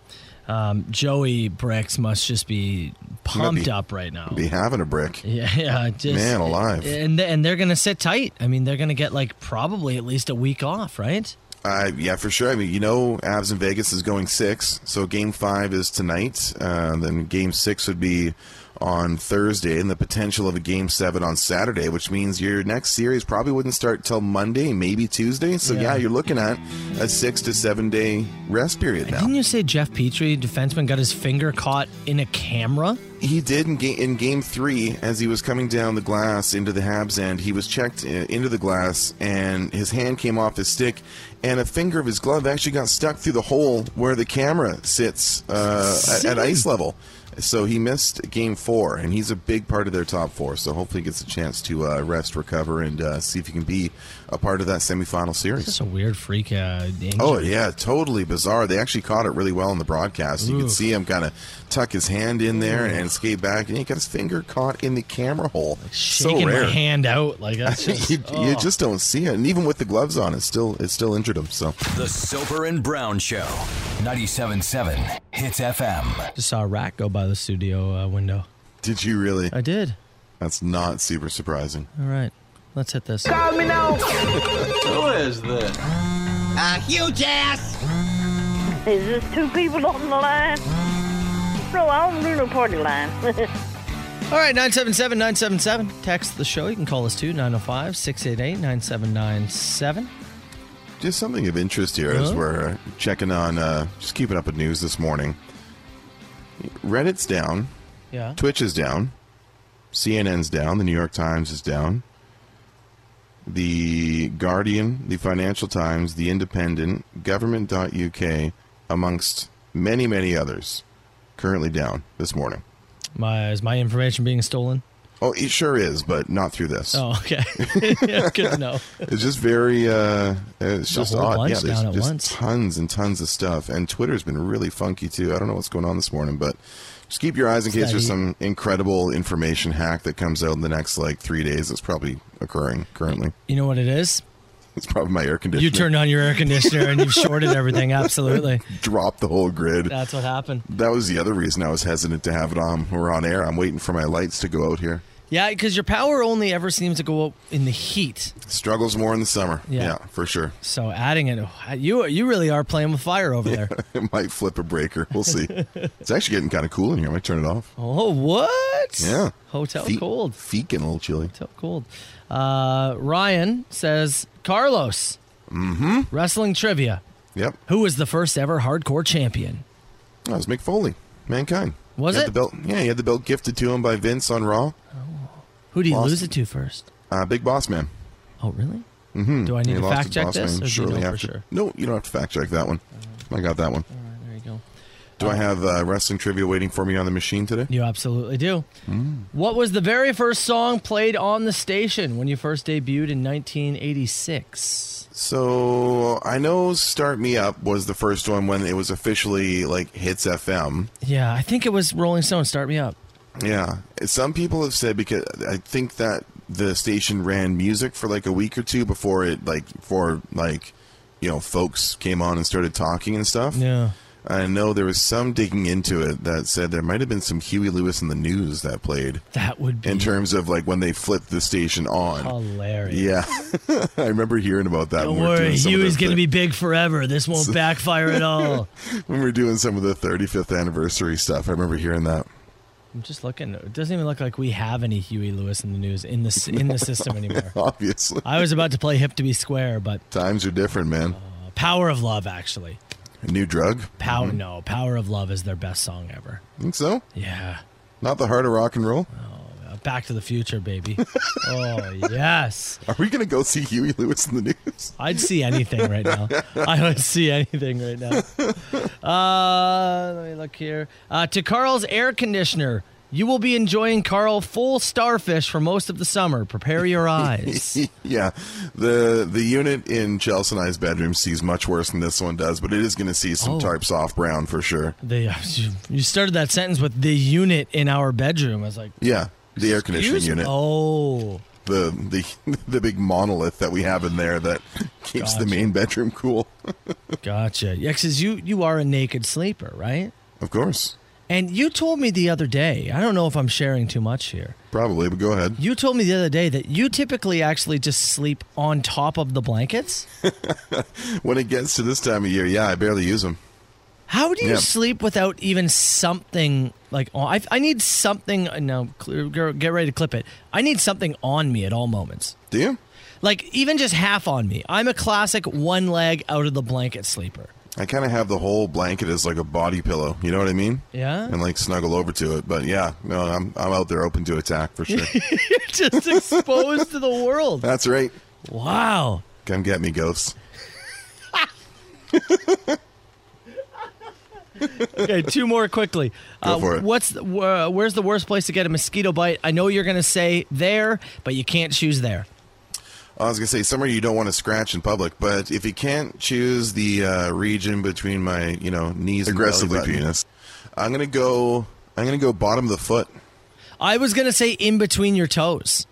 Speaker 6: Um, Joey Bricks must just be pumped up right now.
Speaker 7: be having a brick.
Speaker 6: Yeah, yeah, just,
Speaker 7: Man alive.
Speaker 6: And and they're gonna sit tight. I mean, they're gonna get like probably at least a week off, right?
Speaker 7: Uh, yeah, for sure. I mean, you know, Abs in Vegas is going six, so game five is tonight. Uh, then game six would be on Thursday, and the potential of a game seven on Saturday, which means your next series probably wouldn't start till Monday, maybe Tuesday. So yeah,
Speaker 6: Yeah.
Speaker 7: you're looking at a six to seven day rest period now.
Speaker 6: Didn't you say Jeff Petrie, defenseman, got his finger caught in a camera?
Speaker 7: He did in, ga- in game three as he was coming down the glass into the Habs end. He was checked i- into the glass and his hand came off his stick, and a finger of his glove actually got stuck through the hole where the camera sits uh, at, at ice level. So he missed game four, and he's a big part of their top four. So hopefully, he gets a chance to uh, rest, recover, and uh, see if he can be a part of that semifinal series.
Speaker 6: That's a weird freak uh, injury.
Speaker 7: Oh yeah, totally bizarre. They actually caught it really well in the broadcast. You could
Speaker 6: Oof.
Speaker 7: see him kind of tuck his hand in there and skate back, and he got his finger caught in the camera hole.
Speaker 6: shaking
Speaker 7: so rare.
Speaker 6: my hand out like that's just,
Speaker 7: you, you
Speaker 6: oh.
Speaker 7: just don't see it, and even with the gloves on, it still it still injured him. So
Speaker 5: The Soper and Brown Show. 97.7 Hits FM.
Speaker 6: Just saw a rat go by the studio uh, window.
Speaker 7: did you really?
Speaker 6: I did.
Speaker 7: That's not super surprising.
Speaker 6: All right, let's hit this.
Speaker 4: Is this two people on the line? No, I don't do no party line.
Speaker 6: All right, 977 977. Text the show. You can call us too, 905 688 9797.
Speaker 7: Just something of interest here as
Speaker 6: Huh?
Speaker 7: we're checking on, uh, just keeping up with news this morning. Reddit's down.
Speaker 6: Yeah.
Speaker 7: Twitch is down. CNN's down. The New York Times is down. The Guardian, the Financial Times, the Independent, government.uk, amongst many, many others, currently down this morning.
Speaker 6: My, is my information being stolen?
Speaker 7: Oh, it sure is, but not through this.
Speaker 6: Oh, okay. yeah, good to know.
Speaker 7: It's just very, uh, it's just
Speaker 6: whole
Speaker 7: odd.
Speaker 6: bunch
Speaker 7: Yeah, there's
Speaker 6: down at
Speaker 7: just
Speaker 6: once.
Speaker 7: tons and tons of stuff. And Twitter's been really funky too. I don't know what's going on this morning, but just keep your eyes in case
Speaker 6: that
Speaker 7: there's
Speaker 6: heat.
Speaker 7: some incredible information hack that comes out in the next like three days. It's probably occurring currently.
Speaker 6: You know what it is?
Speaker 7: It's probably my air conditioner.
Speaker 6: You turned on your air conditioner and you've shorted everything. Absolutely.
Speaker 7: dropped the whole grid.
Speaker 6: That's what happened.
Speaker 7: That was the other reason I was hesitant to have it on. We're on air. I'm waiting for my lights to go out here.
Speaker 6: Yeah, because your power only ever seems to go up in the heat.
Speaker 7: Struggles more in the summer.
Speaker 6: Yeah.
Speaker 7: yeah for sure.
Speaker 6: So adding it, oh, you you really are playing with fire over there.
Speaker 7: It might flip a breaker. We'll see. it's actually getting kind of cool in here. I might turn it off.
Speaker 6: Oh, what?
Speaker 7: Yeah.
Speaker 6: Hotel
Speaker 7: Feet-
Speaker 6: cold.
Speaker 7: Feet getting a little chilly.
Speaker 6: Hotel cold. Uh, Ryan says Carlos. Mm-hmm. Wrestling trivia.
Speaker 7: Yep.
Speaker 6: Who was the first ever hardcore champion?
Speaker 7: That was Mick Foley. Mankind.
Speaker 6: Was
Speaker 7: he
Speaker 6: it?
Speaker 7: Had the belt. Yeah, he had the belt gifted to him by Vince on Raw.
Speaker 6: Who do you
Speaker 7: Lost.
Speaker 6: lose it to first?
Speaker 7: Uh, Big Boss Man.
Speaker 6: Oh, really? Mm-hmm. Do I
Speaker 7: He
Speaker 6: need to
Speaker 7: lost
Speaker 6: fact check
Speaker 7: Boss
Speaker 6: this?
Speaker 7: Man
Speaker 6: Or do you
Speaker 7: shortly
Speaker 6: know for
Speaker 7: after-
Speaker 6: sure?
Speaker 7: No, you don't have to fact check that one. I got that one.
Speaker 6: All right, there you go.
Speaker 7: Do I have uh, wrestling trivia waiting for me on the machine today?
Speaker 6: You absolutely do.
Speaker 7: Mm.
Speaker 6: What was the very first song played on the station when you first debuted in 1986?
Speaker 7: So I know "Start Me Up" was the first one when it was officially like hits FM.
Speaker 6: Yeah, I think it was Rolling Stone. Start me up.
Speaker 7: Yeah, some people have said because I think that the station ran music for like a week or two before it like before like you know folks came on and started talking and stuff.
Speaker 6: Yeah.
Speaker 7: I know there was some digging into it that said there might have been some Huey Lewis in the news that played
Speaker 6: That would be
Speaker 7: in terms of like when they flipped the station on.
Speaker 6: hilarious.
Speaker 7: Yeah, I remember hearing about that.
Speaker 6: Oh. Don't
Speaker 7: when we were
Speaker 6: worry,
Speaker 7: doing some of
Speaker 6: Huey's
Speaker 7: the
Speaker 6: going to
Speaker 7: thi-
Speaker 6: be big forever. This won't backfire at all.
Speaker 7: when we were doing some of the 35th anniversary stuff. I remember hearing that.
Speaker 6: I'm just looking. It doesn't even look like we have any Huey Lewis in the news in the s- in the system anymore.
Speaker 7: Obviously,
Speaker 6: I was about to play "Hip to Be Square," but
Speaker 7: times are different, man.
Speaker 6: uh, "Power of Love" actually.
Speaker 7: New drug?
Speaker 6: Power
Speaker 7: Mm-hmm.
Speaker 6: no, "Power of Love" is their best song ever.
Speaker 7: Think so?
Speaker 6: Yeah,
Speaker 7: Not the heart of rock and roll.
Speaker 6: Uh, Back to the Future, baby. oh yes,
Speaker 7: Are we gonna go see Huey Lewis in the news?
Speaker 6: I'd see anything right now. I would see anything right now. Uh, let me look here. Uh, to Carl's air conditioner. You will be enjoying Carl full starfish for most of the summer. Prepare your eyes.
Speaker 7: yeah, the the unit in Chelsea and I's bedroom sees much worse than this one does, but it is gonna see some
Speaker 6: Oh.
Speaker 7: tarps off brown for sure.
Speaker 6: The uh, you started that sentence with the unit in our bedroom. I was like,
Speaker 7: Yeah, the air conditioning
Speaker 6: "Excuse me?"
Speaker 7: unit,
Speaker 6: Oh,
Speaker 7: the the the big monolith that we have in there that keeps the
Speaker 6: Gotcha.
Speaker 7: main bedroom cool.
Speaker 6: gotcha. Yeah, because you you are a naked sleeper, right?
Speaker 7: Of course.
Speaker 6: And you told me the other day, I don't know if I'm sharing too much here.
Speaker 7: Probably, but go ahead.
Speaker 6: You told me the other day that you typically actually just sleep on top of the blankets.
Speaker 7: When it gets to this time of year, yeah, I barely use them.
Speaker 6: How do you
Speaker 7: Yeah.
Speaker 6: sleep without even something like on? I, I need something. No, clear, girl, get ready to clip it. I need something on me at all moments.
Speaker 7: Do you?
Speaker 6: Like even just half on me. I'm a classic one leg out of the blanket sleeper.
Speaker 7: I kind of have the whole blanket as like a body pillow. You know what I mean?
Speaker 6: Yeah.
Speaker 7: And like snuggle over to it. But yeah, no, I'm I'm out there open to attack for sure.
Speaker 6: You're just exposed to the world.
Speaker 7: That's right.
Speaker 6: Wow.
Speaker 7: Come get me, ghosts.
Speaker 6: Okay, two more quickly. Uh,
Speaker 7: Go for it.
Speaker 6: What's the, wh- where's the worst place to get a mosquito bite? I know you're gonna say there, but you can't choose there.
Speaker 7: I was gonna say somewhere you don't want to scratch in public, but if you can't choose the uh, region between my you know knees
Speaker 8: Aggressively
Speaker 7: and belly button, I'm gonna go. I'm gonna go bottom of the foot.
Speaker 6: I was gonna say in between your toes.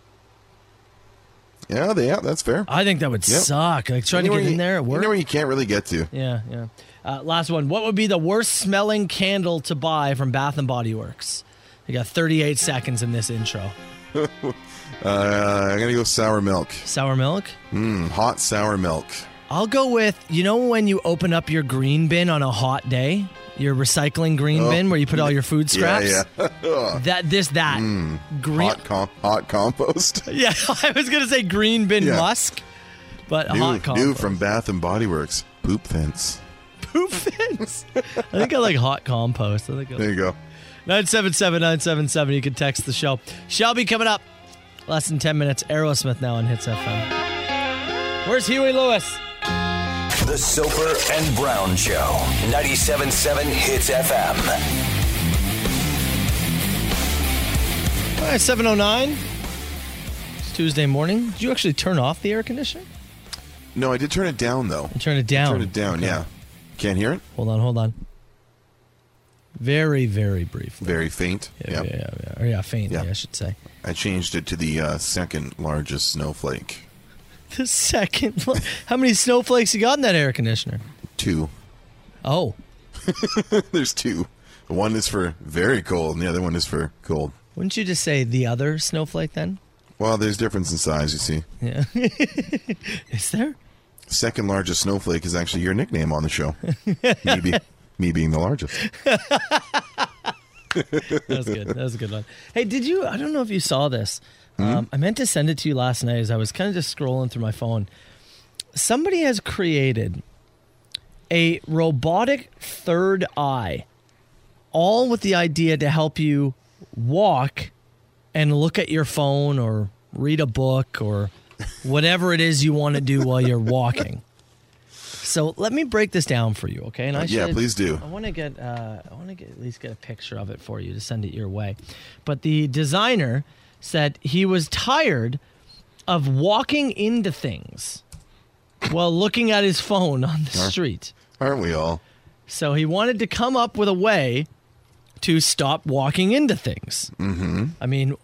Speaker 7: Yeah, they, yeah, that's fair.
Speaker 6: I think that would
Speaker 7: Yep.
Speaker 6: suck. Like trying
Speaker 7: Anywhere
Speaker 6: to get
Speaker 7: you-
Speaker 6: in there at work.
Speaker 7: Anywhere you can't really get to.
Speaker 6: Yeah, yeah. Uh, last one. What would be the worst smelling candle to buy from Bath and Body Works? You got 38 seconds in this intro.
Speaker 7: Uh, I'm gonna go sour milk.
Speaker 6: Sour milk.
Speaker 7: Mm, hot sour milk.
Speaker 6: I'll go with you know when you open up your green bin on a hot day, your recycling green bin where you put all your food scraps.
Speaker 7: Oh. Yeah, yeah.
Speaker 6: That this that green.
Speaker 7: Hot com- hot compost.
Speaker 6: Yeah, I was gonna say green bin
Speaker 7: Yeah.
Speaker 6: musk, but
Speaker 7: New,
Speaker 6: hot compost.
Speaker 7: new from Bath and Body Works. Poop fence.
Speaker 6: poop fence. I think I like hot compost. I think I
Speaker 7: There you go.
Speaker 6: 977 977. You can text the show. Shelby coming up. Less than 10 minutes. Aerosmith now on Hits FM. Where's Huey Lewis?
Speaker 5: The Soper and Brown Show. 97.7 Hits FM.
Speaker 6: All right, 709. It's Tuesday morning. Did you actually turn off the air conditioner?
Speaker 7: No, I did turn it down though.
Speaker 6: And turn it down.
Speaker 7: Turn it down.
Speaker 6: Okay.
Speaker 7: Yeah. Can't hear it.
Speaker 6: Hold on, hold on. Very, very briefly.
Speaker 7: Very faint.
Speaker 6: Yeah,
Speaker 7: Yep.
Speaker 6: yeah, yeah, yeah. Or yeah, faint,
Speaker 7: Yeah.
Speaker 6: I should say.
Speaker 7: I changed it to the uh, second largest snowflake.
Speaker 6: The second. one. How many snowflakes you got in that air conditioner?
Speaker 7: Two.
Speaker 6: Oh,
Speaker 7: There's two. One is for very cold, and the other one is for cold.
Speaker 6: wouldn't you just say the other snowflake then?
Speaker 7: Well, there's difference in size, you see.
Speaker 6: Yeah. Is there?
Speaker 7: Second largest snowflake is actually your nickname on the show. me, be, me being the largest.
Speaker 6: That was good. That was a good one. Hey, did you? I don't know if you saw this. Um, I meant to send it to you last night as I was kind of just scrolling through my phone. Somebody has created a robotic third eye, all with the idea to help you walk and look at your phone or read a book or whatever it is you want to do while you're walking. So let me break this down for you, okay? And I
Speaker 7: yeah,
Speaker 6: should-
Speaker 7: please do.
Speaker 6: I want to get uh, I want to get at least get a picture of it for you to send it your way. But the designer said he was tired of walking into things while looking at his phone on the street.
Speaker 7: Aren't we all?
Speaker 6: So he wanted to come up with a way to stop walking into things. Mm-hmm. I mean,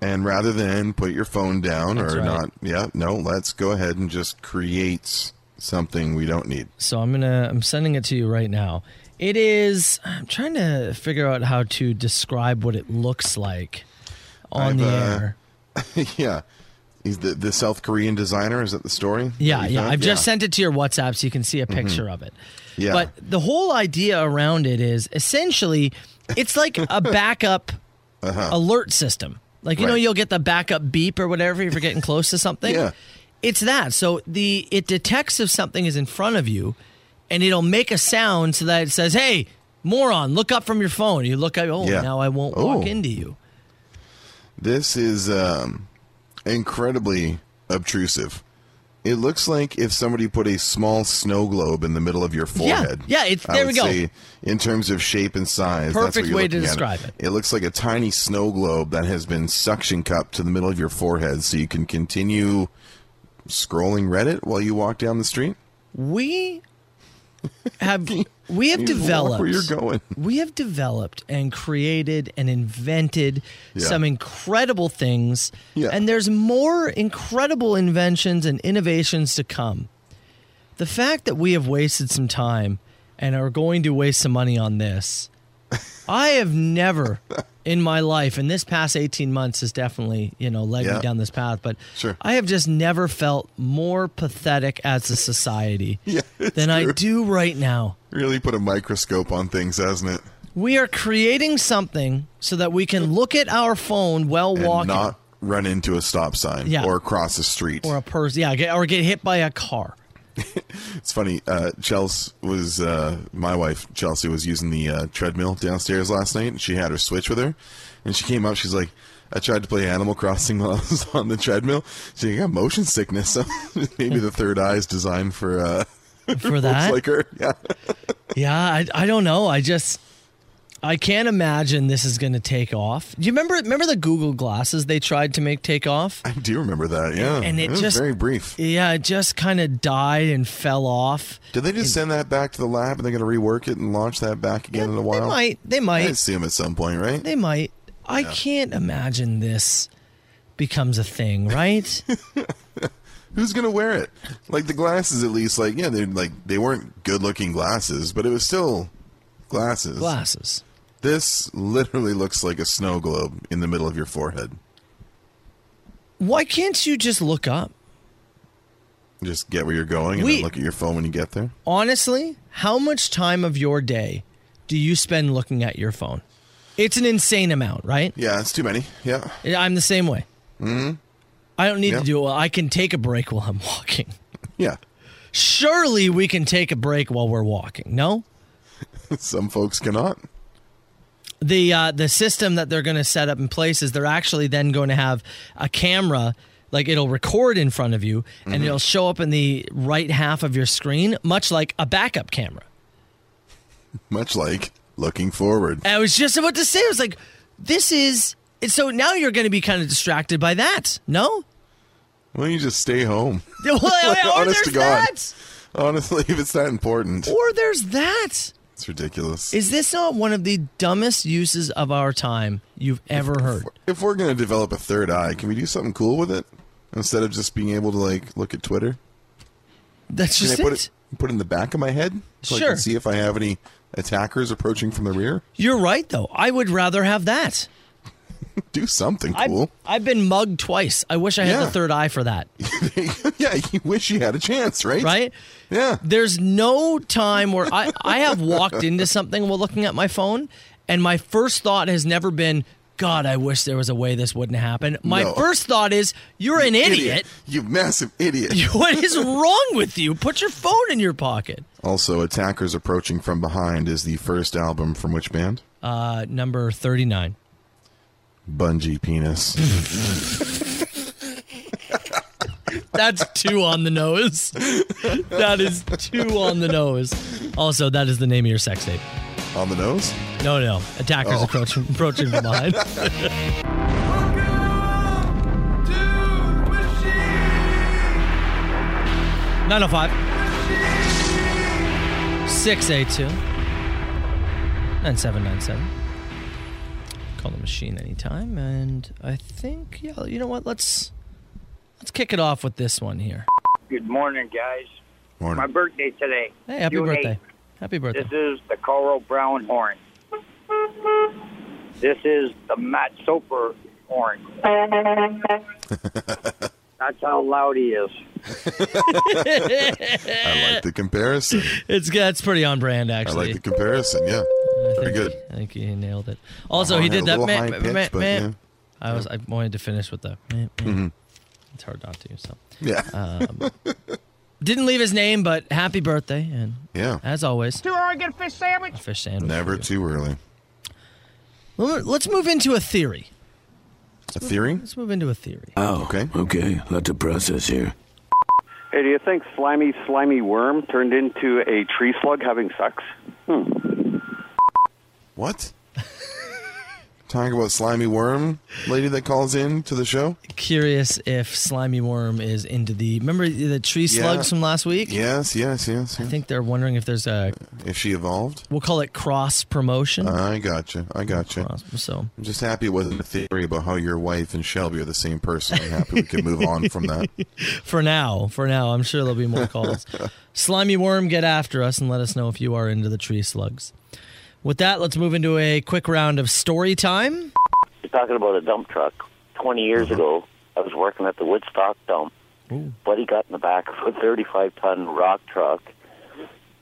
Speaker 7: And rather than put your phone down
Speaker 6: That's
Speaker 7: or
Speaker 6: right.
Speaker 7: not, yeah, no, let's go ahead and just create something we don't need.
Speaker 6: so I'm gonna I'm sending it to you right now. It is. I'm trying to figure out how to describe what it looks like
Speaker 7: I've,
Speaker 6: on the
Speaker 7: uh,
Speaker 6: air.
Speaker 7: yeah. He's the, the South Korean designer. Is that the story?
Speaker 6: Yeah,
Speaker 7: That you
Speaker 6: yeah.
Speaker 7: found?
Speaker 6: I've just sent it to your WhatsApp so you can see a picture of it.
Speaker 7: Yeah.
Speaker 6: But the whole idea around it is essentially it's like a backup alert system. Like you know
Speaker 7: Uh-huh. Right.
Speaker 6: you'll get the backup beep or whatever if you're getting close to something.
Speaker 7: Yeah.
Speaker 6: It's that. So the it detects if something is in front of you and it'll make a sound so that it says, "Hey, moron, look up from your phone." You look up, "Oh,
Speaker 7: Yeah.
Speaker 6: now I won't
Speaker 7: Oh.
Speaker 6: walk into you."
Speaker 7: This is um, incredibly obtrusive. It looks like if somebody put a small snow globe in the middle of your forehead.
Speaker 6: yeah, it's-
Speaker 7: I
Speaker 6: there
Speaker 7: would
Speaker 6: we go.
Speaker 7: Say in terms of shape and size, that's what
Speaker 6: Perfect
Speaker 7: you're
Speaker 6: way to
Speaker 7: looking at.
Speaker 6: describe it.
Speaker 7: It looks like a tiny snow globe that has been suction cupped to the middle of your forehead, so you can continue scrolling Reddit while you walk down the street.
Speaker 6: We have we have
Speaker 7: You just walk
Speaker 6: developed
Speaker 7: where you're going.
Speaker 6: we have developed and created and invented
Speaker 7: Yeah.
Speaker 6: some incredible things
Speaker 7: Yeah.
Speaker 6: and there's more incredible inventions and innovations to come the fact that we have wasted some time and are going to waste some money on this I have never in my life, and this past 18 months has definitely, you know, led
Speaker 7: Yeah.
Speaker 6: me down this path, but
Speaker 7: Sure.
Speaker 6: I have just never felt more pathetic as a society
Speaker 7: Yeah,
Speaker 6: than
Speaker 7: it's
Speaker 6: I
Speaker 7: true.
Speaker 6: do right now.
Speaker 7: Really put a microscope on things, hasn't it?
Speaker 6: We are creating something so that we can look at our phone while
Speaker 7: And
Speaker 6: walking
Speaker 7: not run into a stop sign
Speaker 6: Yeah.
Speaker 7: or cross a street.
Speaker 6: or a person, yeah, get, or get hit by a car.
Speaker 7: It's funny. Uh, Chelsea was uh, my wife. Chelsea was using the uh, treadmill downstairs last night, and she had her Switch with her. And she came up. She's like, "I tried to play Animal Crossing while I was on the treadmill. She got motion sickness. So maybe the third eye is designed for uh,
Speaker 6: For that,
Speaker 7: like her. Yeah,
Speaker 6: Yeah, I, I don't know. I just I can't imagine this is going to take off. Do you remember remember the Google glasses they tried to make take off?
Speaker 7: I do remember that. Yeah,
Speaker 6: And it
Speaker 7: was
Speaker 6: just-
Speaker 7: very brief.
Speaker 6: Yeah, it just kind of died and fell off.
Speaker 7: Did they just send that back to the lab, and they're going to rework it and launch that back again in a while?
Speaker 6: They might. They
Speaker 7: I
Speaker 6: might.
Speaker 7: see them at some point, right?
Speaker 6: They might. I can't imagine this becomes a thing, right?
Speaker 7: Who's gonna wear it? Like the glasses, at least. Like yeah, they like they weren't good-looking glasses, but it was still glasses.
Speaker 6: glasses.
Speaker 7: This literally looks like a snow globe in the middle of your forehead.
Speaker 6: Why can't you just look up?
Speaker 7: Just get where you're going and
Speaker 6: We-
Speaker 7: then look at your phone when you get there.
Speaker 6: honestly, how much time of your day do you spend looking at your phone? It's an insane amount, right?
Speaker 7: Yeah, it's too many. Yeah,
Speaker 6: I'm the same way. Mm-hmm. I don't need
Speaker 7: Yeah.
Speaker 6: to do it. Well, I can take a break while I'm walking.
Speaker 7: yeah.
Speaker 6: Surely we can take a break while we're walking. No,
Speaker 7: Some folks cannot.
Speaker 6: the uh, the system that they're going to set up in place is they're actually then going to have a camera. Like it'll record in front of you, and it'll show up in the right half of your screen, much like a backup camera.
Speaker 7: Much like looking forward.
Speaker 6: I was just about to say, I was like, this is. and So now you're going to be kind of distracted by that, no?
Speaker 7: Why don't you just stay home?
Speaker 6: Well, or
Speaker 7: Honest
Speaker 6: there's
Speaker 7: to God.
Speaker 6: that.
Speaker 7: Honestly, if it's that important,
Speaker 6: Or there's that.
Speaker 7: it's ridiculous.
Speaker 6: Is this not one of the dumbest uses of our time you've ever heard?
Speaker 7: if we're gonna develop a third eye, can we do something cool with it instead of just being able to like look at Twitter?
Speaker 6: That's
Speaker 7: Can
Speaker 6: just
Speaker 7: I
Speaker 6: it.
Speaker 7: put it put it in the back of my head so I
Speaker 6: Sure.
Speaker 7: can see if I have any attackers approaching from the rear?
Speaker 6: You're right, though. I would rather have that.
Speaker 7: Do something
Speaker 6: I've,
Speaker 7: cool.
Speaker 6: I've been mugged twice. I wish I had
Speaker 7: Yeah.
Speaker 6: the third eye for that,
Speaker 7: yeah, you wish you had a chance, right?
Speaker 6: right?
Speaker 7: Yeah.
Speaker 6: There's no time where I, I have walked into something while looking at my phone, and my first thought has never been, God, I wish there was a way this wouldn't happen. My
Speaker 7: No.
Speaker 6: first thought is, You're an idiot.
Speaker 7: You massive idiot.
Speaker 6: what is wrong with you? Put your phone in your pocket.
Speaker 7: Also, Attackers Approaching from Behind is the first album from which band?
Speaker 6: Uh, number 39.
Speaker 7: Bungee Penis.
Speaker 6: That's two on the nose. That is two on the nose. Also, that is the name of your sex tape.
Speaker 7: On the nose?
Speaker 6: No, no. Attackers
Speaker 7: Oh.
Speaker 6: approaching, approaching from behind. Nine oh five. Six eight two. Nine seven nine seven. Call the machine anytime, and I think yeah. You know what? Let's let's kick it off with this one here.
Speaker 8: Good morning, guys. My
Speaker 7: Morning.
Speaker 8: birthday today.
Speaker 6: Hey, happy
Speaker 8: June
Speaker 6: birthday!
Speaker 8: 8th.
Speaker 6: Happy
Speaker 8: This
Speaker 6: birthday!
Speaker 8: is the Carl Brown horn. This is the Matt Soper horn. That's how loud he is.
Speaker 7: I like the comparison.
Speaker 6: It's that's pretty on brand
Speaker 7: I
Speaker 6: actually.
Speaker 7: like the comparison, yeah.
Speaker 6: I think,
Speaker 7: Pretty good.
Speaker 6: I think he nailed it. Also, he
Speaker 7: had a
Speaker 6: did that.
Speaker 7: little
Speaker 6: Man,
Speaker 7: high pitch,
Speaker 6: man,
Speaker 7: but Mm-hmm.
Speaker 6: man. I was. I wanted to finish with the. meh, meh. It's hard not to. So
Speaker 7: Yeah.
Speaker 6: Uh, didn't leave his name, but happy birthday, and
Speaker 7: yeah.
Speaker 6: as always,
Speaker 3: Do I get a fish sandwich?
Speaker 6: a fish sandwich.
Speaker 7: Never
Speaker 6: for you.
Speaker 7: too early.
Speaker 6: Well, Let's move into a theory.
Speaker 7: A theory?
Speaker 6: Let's move into a theory.
Speaker 7: Uh, Okay.
Speaker 9: Oh, Okay, let the process here.
Speaker 10: Hey, do you think slimy, slimy worm turned into a tree slug having sex?
Speaker 7: What? Talking about slimy worm lady that calls in to the show?
Speaker 6: Curious if slimy worm is into the. Remember the tree slugs from last week?
Speaker 7: Yes, yes, yes.
Speaker 6: I
Speaker 7: yes.
Speaker 6: think they're wondering if there's a.
Speaker 7: If she evolved,
Speaker 6: We'll call it cross promotion.
Speaker 7: I gotcha. I gotcha.
Speaker 6: Cross- so
Speaker 7: I'm just happy it wasn't a theory about how your wife and Shelby are the same person. I'm happy we could move on from that.
Speaker 6: for now, for now, I'm sure there'll be more calls. Slimy worm, get after us and let us know if you are into the tree slugs. With that, let's move into a quick round of story time.
Speaker 11: You're talking about a dump truck. 20
Speaker 10: Uh-huh.
Speaker 11: years ago, I was working at the Woodstock dump. Buddy got in the back of a 35 ton rock truck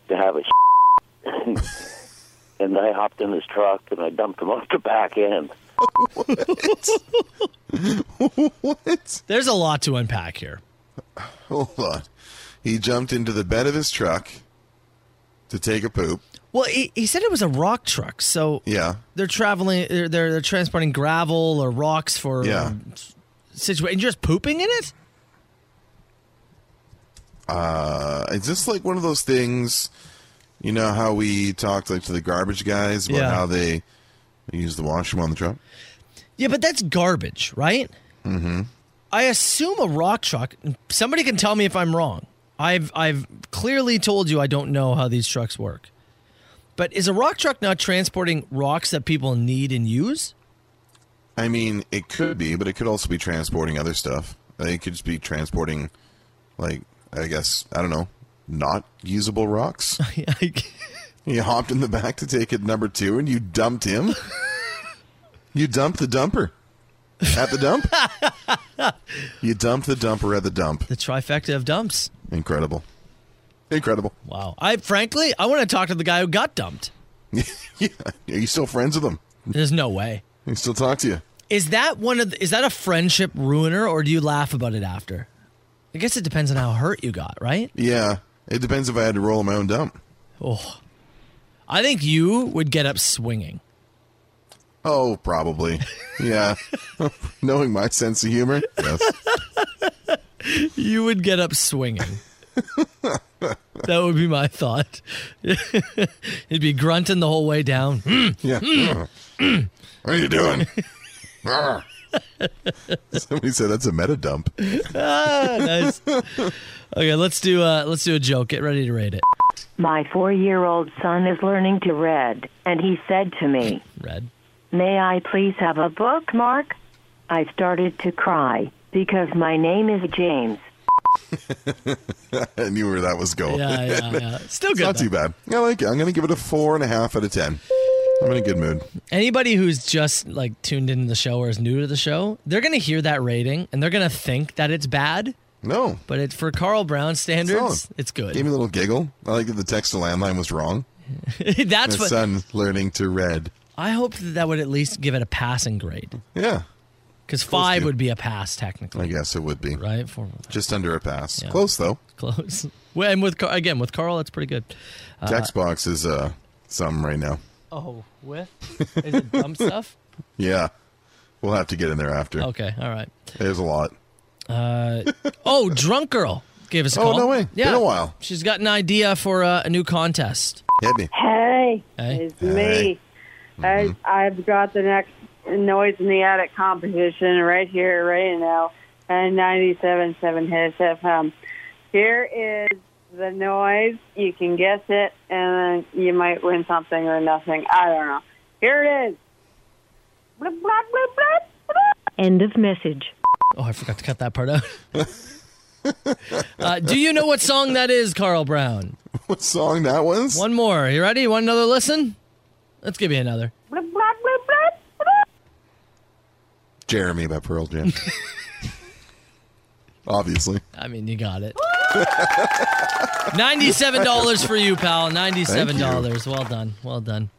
Speaker 11: to have a and I hopped in his truck and I dumped him off the back end.
Speaker 6: what? There's a lot to unpack here.
Speaker 7: Hold on. He jumped into the bed of his truck to take a poop.
Speaker 6: Well, he, he said it was a rock truck, so
Speaker 7: Yeah.
Speaker 6: they're traveling, they're they're, they're transporting gravel or rocks for um,
Speaker 7: Yeah.
Speaker 6: situation. Just pooping in it?
Speaker 7: Uh, is this like one of those things? You know how we talked like to the garbage guys about
Speaker 6: Yeah.
Speaker 7: how they use the washroom on the truck.
Speaker 6: Yeah, but that's garbage, right?
Speaker 7: Mm-hmm.
Speaker 6: I assume a rock truck. Somebody can tell me if I'm wrong. I've I've clearly told you I don't know how these trucks work. But is a rock truck not transporting rocks that people need and use?
Speaker 7: I mean, it could be, but it could also be transporting other stuff. Uh, It could just be transporting, like I guess I don't know, not usable rocks. you hopped in the back to take it number two, and you dumped him. you dumped the dumper at the dump. you dumped the dumper at the dump.
Speaker 6: The trifecta of dumps.
Speaker 7: Incredible. Incredible.
Speaker 6: Wow. I frankly, I want to talk to the guy who got dumped.
Speaker 7: yeah. Are you still friends with him?
Speaker 6: There's no way.
Speaker 7: He still talk to you.
Speaker 6: Is that one of the, is that a friendship ruiner or do you laugh about it after? I guess it depends on how hurt you got, right?
Speaker 7: Yeah. It depends if I had to roll my own dump.
Speaker 6: Oh. I think you would get up swinging.
Speaker 7: Oh, probably. Yeah. Knowing my sense of humor. Yes.
Speaker 6: You would get up swinging. that would be my thought. You'd be grunting the whole way down. Mm,
Speaker 7: Yeah.
Speaker 6: mm, mm.
Speaker 7: What are you doing? Arr. Somebody said that's a meta dump.
Speaker 6: ah, nice. Okay, let's do uh, let's do a joke. Get ready to rate it.
Speaker 12: My four year old son is learning to read, and he said to me,
Speaker 6: Red.
Speaker 12: May I please have a bookmark? I started to cry because my name is James.
Speaker 7: I knew where that was going.
Speaker 12: Yeah, yeah, yeah.
Speaker 6: Still
Speaker 7: good. Not too bad. I like it. I'm going to give it a four and a half out of ten. I'm in a good mood.
Speaker 6: Anybody who's just like tuned into the show or is new to the show, they're gonna hear that rating and they're gonna think that it's bad.
Speaker 7: No,
Speaker 6: but it's for Carl Brown standards. It's good.
Speaker 7: Gave me a little giggle. I like that the text to landline was wrong.
Speaker 6: That's
Speaker 7: My
Speaker 6: what
Speaker 7: son learning to read.
Speaker 6: I hoped that, that would at least give it a passing grade.
Speaker 7: Yeah.
Speaker 6: Because
Speaker 7: Close
Speaker 6: five
Speaker 7: to.
Speaker 6: would be a pass technically.
Speaker 7: I guess it would be.
Speaker 6: Right? Four.
Speaker 7: Just under a pass. Close, though.
Speaker 6: Close. Well, and with Car- again with Carl, that's pretty good. Uh,
Speaker 7: Text box is uh, some right now.
Speaker 6: Oh, with is it dumb stuff?
Speaker 7: Yeah. We'll have to get in there after.
Speaker 6: Okay, all right.
Speaker 7: There's a lot.
Speaker 6: Uh, oh, drunk girl gave us a
Speaker 7: Oh,
Speaker 6: call.
Speaker 7: no way.
Speaker 6: Yeah,
Speaker 7: Been a while.
Speaker 6: She's got an idea for uh, a new contest.
Speaker 7: Hit me.
Speaker 13: Hey,
Speaker 6: Hey.
Speaker 13: it's me. I, I've got the next Noise in the Attic competition right here, right now, and 97.7 Hits FM. Here is the noise. You can guess it, and then you might win something or nothing. I don't know. Here it is. Blah, blah, blah, blah.
Speaker 12: End of message.
Speaker 6: Oh, I forgot to cut that part out. uh, do you know what song that is, Carl Brown?
Speaker 7: What song that was?
Speaker 6: One more. You ready? You want another listen? Let's give you another.
Speaker 13: Blah, blah, blah, blah.
Speaker 7: Jeremy by Pearl Jam. Obviously.
Speaker 6: I mean, you got it. Ninety-seven dollars for you, pal. Ninety-seven dollars. Well done. Well done.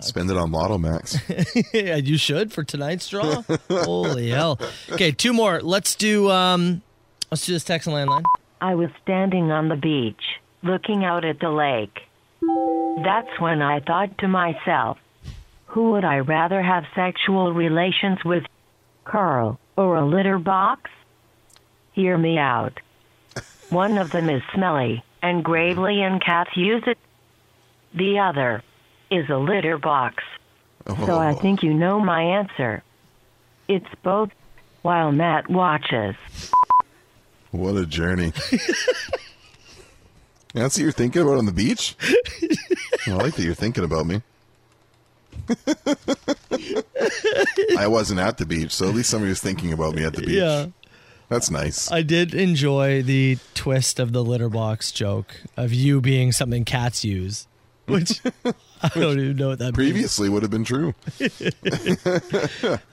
Speaker 7: Spend it on Lotto Max.
Speaker 6: Yeah, you should for tonight's draw. Holy hell! Okay, two more. Let's do. Um, let's do this text and landline.
Speaker 12: I was standing on the beach, looking out at the lake. That's when I thought to myself, who would I rather have sexual relations with, Carl or a litter box? Hear me out. One of them is smelly, and gravely and cats use it. The other is a litter box. So
Speaker 7: Oh,
Speaker 12: I think you know my answer. It's both while Matt watches.
Speaker 7: What a journey. That's what you're thinking about on the beach? I like that you're thinking about me. I wasn't at the beach, so at least somebody was thinking about me at the beach.
Speaker 6: Yeah.
Speaker 7: That's nice.
Speaker 6: I did enjoy the twist of the litter box joke of you being something cats use, which I don't even know what that
Speaker 7: previously would have been true.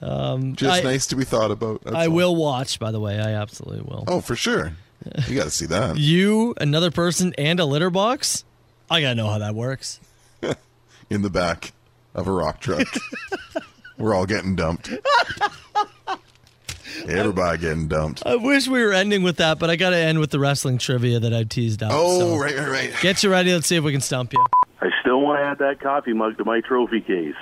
Speaker 6: um,
Speaker 7: Just
Speaker 6: I-
Speaker 7: nice to be thought about. that's
Speaker 6: I
Speaker 7: all.
Speaker 6: will watch, by the way. I absolutely will.
Speaker 7: Oh, for sure. You got to see that.
Speaker 6: You, another person, and a litter box? I got to know how that works.
Speaker 7: in the back of a rock truck. We're all getting dumped. Everybody getting dumped.
Speaker 6: I wish we were ending with that, but I got to end with the wrestling trivia that I teased out.
Speaker 7: Oh,
Speaker 6: so.
Speaker 7: right, right, right.
Speaker 6: Get you ready. Let's see if we can stump you.
Speaker 14: I still want to add that coffee mug to my trophy case.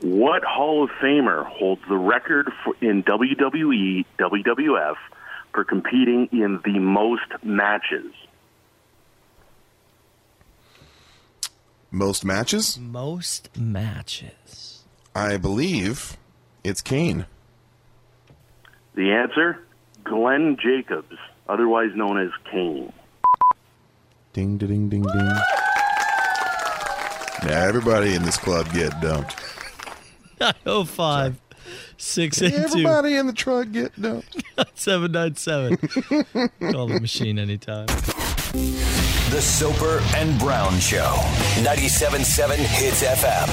Speaker 14: What Hall of Famer holds the record for, in E, WWE, WWF for competing in the most matches?
Speaker 7: Most matches?
Speaker 6: Most matches.
Speaker 7: I believe it's Kane.
Speaker 14: The answer Glenn Jacobs, otherwise known as Kane.
Speaker 7: Ding, da, ding, ding, ding. Now everybody in this club get dumped.
Speaker 6: 905 682
Speaker 7: Everybody in the truck get dumped.
Speaker 6: 797. Call the machine anytime.
Speaker 5: The Soper and Brown Show. 97.7 Hits FM.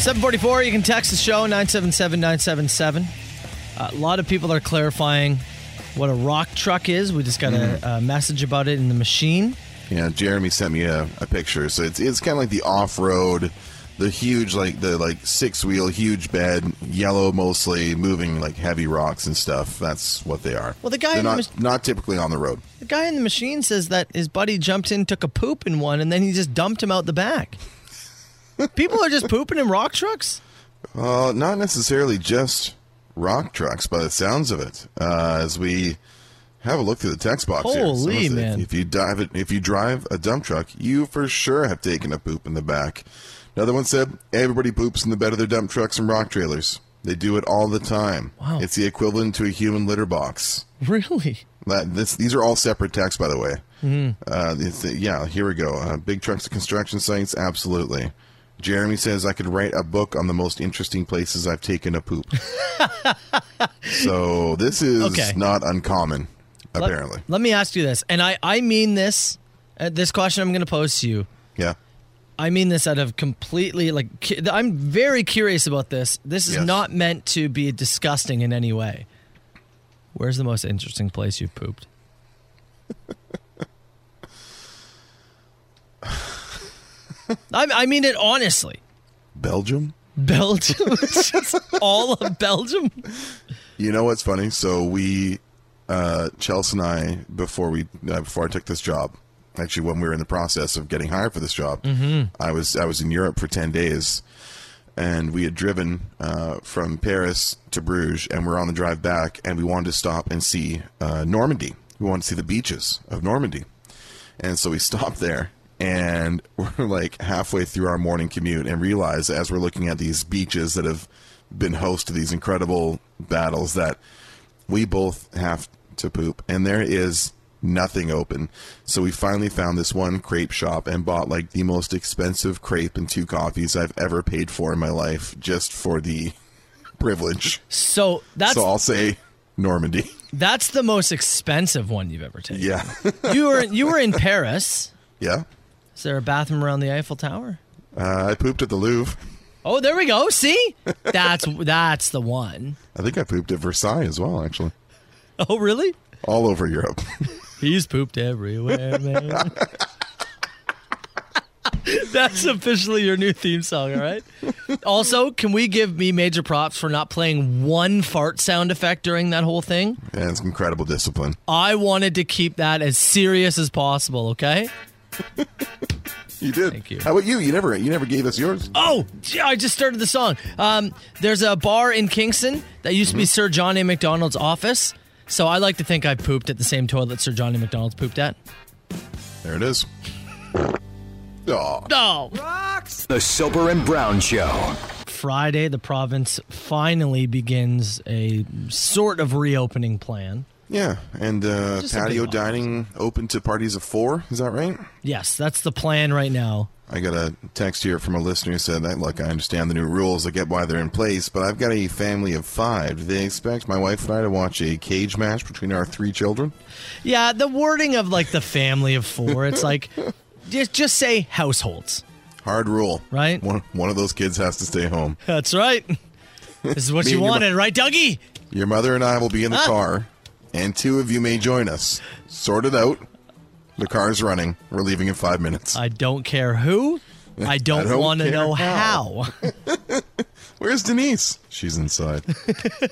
Speaker 6: 744, you can text the show 977 977. A lot of people are clarifying what a rock truck is. We just got a, a message about it in the machine.
Speaker 7: Yeah, Jeremy sent me a, a picture. So it's it's kind of like the off road, the huge like the like six wheel huge bed, yellow mostly, moving like heavy rocks and stuff. That's what they are.
Speaker 6: Well, the guy
Speaker 7: They're
Speaker 6: in the
Speaker 7: not
Speaker 6: mis-
Speaker 7: not typically on the road.
Speaker 6: The guy in the machine says that his buddy jumped in, took a poop in one, and then he just dumped him out the back. People are just pooping in rock trucks?
Speaker 7: Uh, not necessarily just rock trucks, by the sounds of it. Uh, as we have a look through the text box, here.
Speaker 6: Holy
Speaker 7: Someone said,
Speaker 6: man.
Speaker 7: If you dive it, if you drive a dump truck, you for sure have taken a poop in the back. Another one said, "Everybody poops in the bed of their dump trucks and rock trailers. They do it all the time.
Speaker 6: Wow.
Speaker 7: It's the equivalent to a human litter box."
Speaker 6: Really?
Speaker 7: That, this, these are all separate texts, by the way.
Speaker 6: Mm-hmm.
Speaker 7: Uh, it's, yeah, here we go. Uh, big trucks at construction sites, absolutely. Jeremy says I could write a book on the most interesting places I've taken a poop. so this is
Speaker 6: Okay.
Speaker 7: not uncommon,
Speaker 6: Let-
Speaker 7: apparently.
Speaker 6: Let, me ask you this, and I, I mean this, uh, this question I'm going to pose to you.
Speaker 7: Yeah.
Speaker 6: I mean this out of completely, like, cu- I'm very curious about this. This is
Speaker 7: Yes.
Speaker 6: not meant to be disgusting in any way. Where's the most interesting place you've pooped? I, I mean it honestly.
Speaker 7: Belgium.
Speaker 6: Belgium, just all of Belgium.
Speaker 7: You know what's funny? So we, uh, Chelsea and I, before we uh, before I took this job, actually when we were in the process of getting hired for this job,
Speaker 2: Mhm.
Speaker 7: I was I was in Europe for ten days, and we had driven uh, from Paris to Bruges, and we're on the drive back, and we wanted to stop and see uh, Normandy. We wanted to see the beaches of Normandy, and so we stopped there. And we're like halfway through our morning commute and realize as we're looking at these beaches that have been host to these incredible battles that we both have to poop. And there is nothing open. So we finally found this one crepe shop and bought like the most expensive crepe and two coffees I've ever paid for in my life just for the privilege.
Speaker 6: So that's
Speaker 7: so I'll say Normandy.
Speaker 6: that's the most expensive one you've ever taken.
Speaker 7: Yeah.
Speaker 6: you were you were in Paris.
Speaker 7: Yeah.
Speaker 6: Is there a bathroom around the Eiffel Tower?
Speaker 7: Uh, I pooped at the Louvre.
Speaker 6: Oh, there we go. See, that's that's the one.
Speaker 7: I think I pooped at Versailles as well, actually.
Speaker 6: Oh, really?
Speaker 7: All over Europe.
Speaker 6: He's pooped everywhere, man. That's officially your new theme song, all right? Also, can we give me major props for not playing one fart sound effect during that whole thing?
Speaker 7: and it's incredible discipline.
Speaker 6: I wanted to keep that as serious as possible, okay?
Speaker 7: You did. Uh, Thank you. How about you? You never you never gave us yours.
Speaker 6: Oh, gee, I just started the song. Um, there's a bar in Kingston that used to
Speaker 7: Mm-hmm.
Speaker 6: be Sir John A. McDonald's office. So I like to think I pooped at the same toilet Sir John A. McDonald's pooped at.
Speaker 7: There it is. Aw.
Speaker 6: No.
Speaker 5: The Soper and Brown Show.
Speaker 6: Friday, the province finally begins a sort of reopening plan.
Speaker 7: Yeah, and uh,
Speaker 6: Just a big
Speaker 7: patio
Speaker 6: box.
Speaker 7: dining open to parties of four. Is that right?
Speaker 6: Yes, that's the plan right now.
Speaker 7: I got a text here from a listener who said that. Look, I understand the new rules. I get why they're in place, but I've got a family of five. Do they expect my wife and I to watch a cage match between our three children?
Speaker 6: Yeah, the wording of like the family of four, it's like Just just say households.
Speaker 7: Hard rule.
Speaker 6: Right?
Speaker 7: One, one of those kids has to stay home.
Speaker 6: That's right. This is what
Speaker 7: Me
Speaker 6: you
Speaker 7: and your mo-
Speaker 6: wanted, right, Dougie?
Speaker 7: Your mother and I will be in the
Speaker 6: Huh?
Speaker 7: car, and two of you may join us. Sort it out. The car's running. We're leaving in five minutes.
Speaker 6: I don't care who. I don't,
Speaker 7: don't
Speaker 6: want to
Speaker 7: care
Speaker 6: know
Speaker 7: how.
Speaker 6: how.
Speaker 7: Where's Denise? She's inside.
Speaker 6: This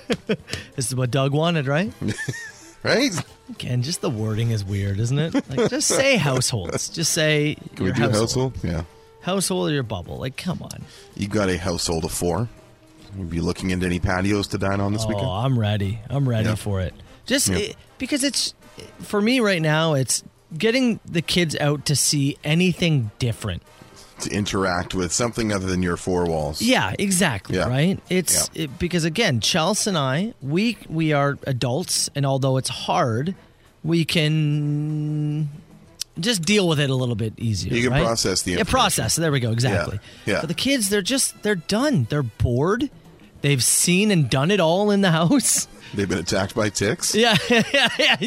Speaker 6: is what Doug wanted, right?
Speaker 7: right?
Speaker 6: Again, just the wording is weird, isn't it? Like, just say households. Just say
Speaker 7: Can we
Speaker 6: your
Speaker 7: do household?
Speaker 6: household.
Speaker 7: household? Yeah.
Speaker 6: Household or your bubble. Like, come on.
Speaker 7: You got a household of four. You'll be looking into any patios to dine on this
Speaker 6: oh,
Speaker 7: weekend?
Speaker 6: I'm ready. I'm ready
Speaker 7: Yeah.
Speaker 6: for it. Just
Speaker 7: Yeah.
Speaker 6: it- because it's for me right now, it's getting the kids out to see anything different.
Speaker 7: To interact with something other than your four walls.
Speaker 6: Yeah, exactly.
Speaker 7: Yeah.
Speaker 6: Right. It's it, because again, Chelsea and I, we we are adults, and although it's hard, we can just deal with it a little bit easier.
Speaker 7: You can
Speaker 6: right?
Speaker 7: process the
Speaker 6: yeah,
Speaker 7: information.
Speaker 6: process. There we go. Exactly.
Speaker 7: Yeah.
Speaker 6: But the kids, they're just they're done. They're bored. They've seen and done it all in the house.
Speaker 7: They've been attacked by ticks.
Speaker 6: Yeah, yeah, yeah.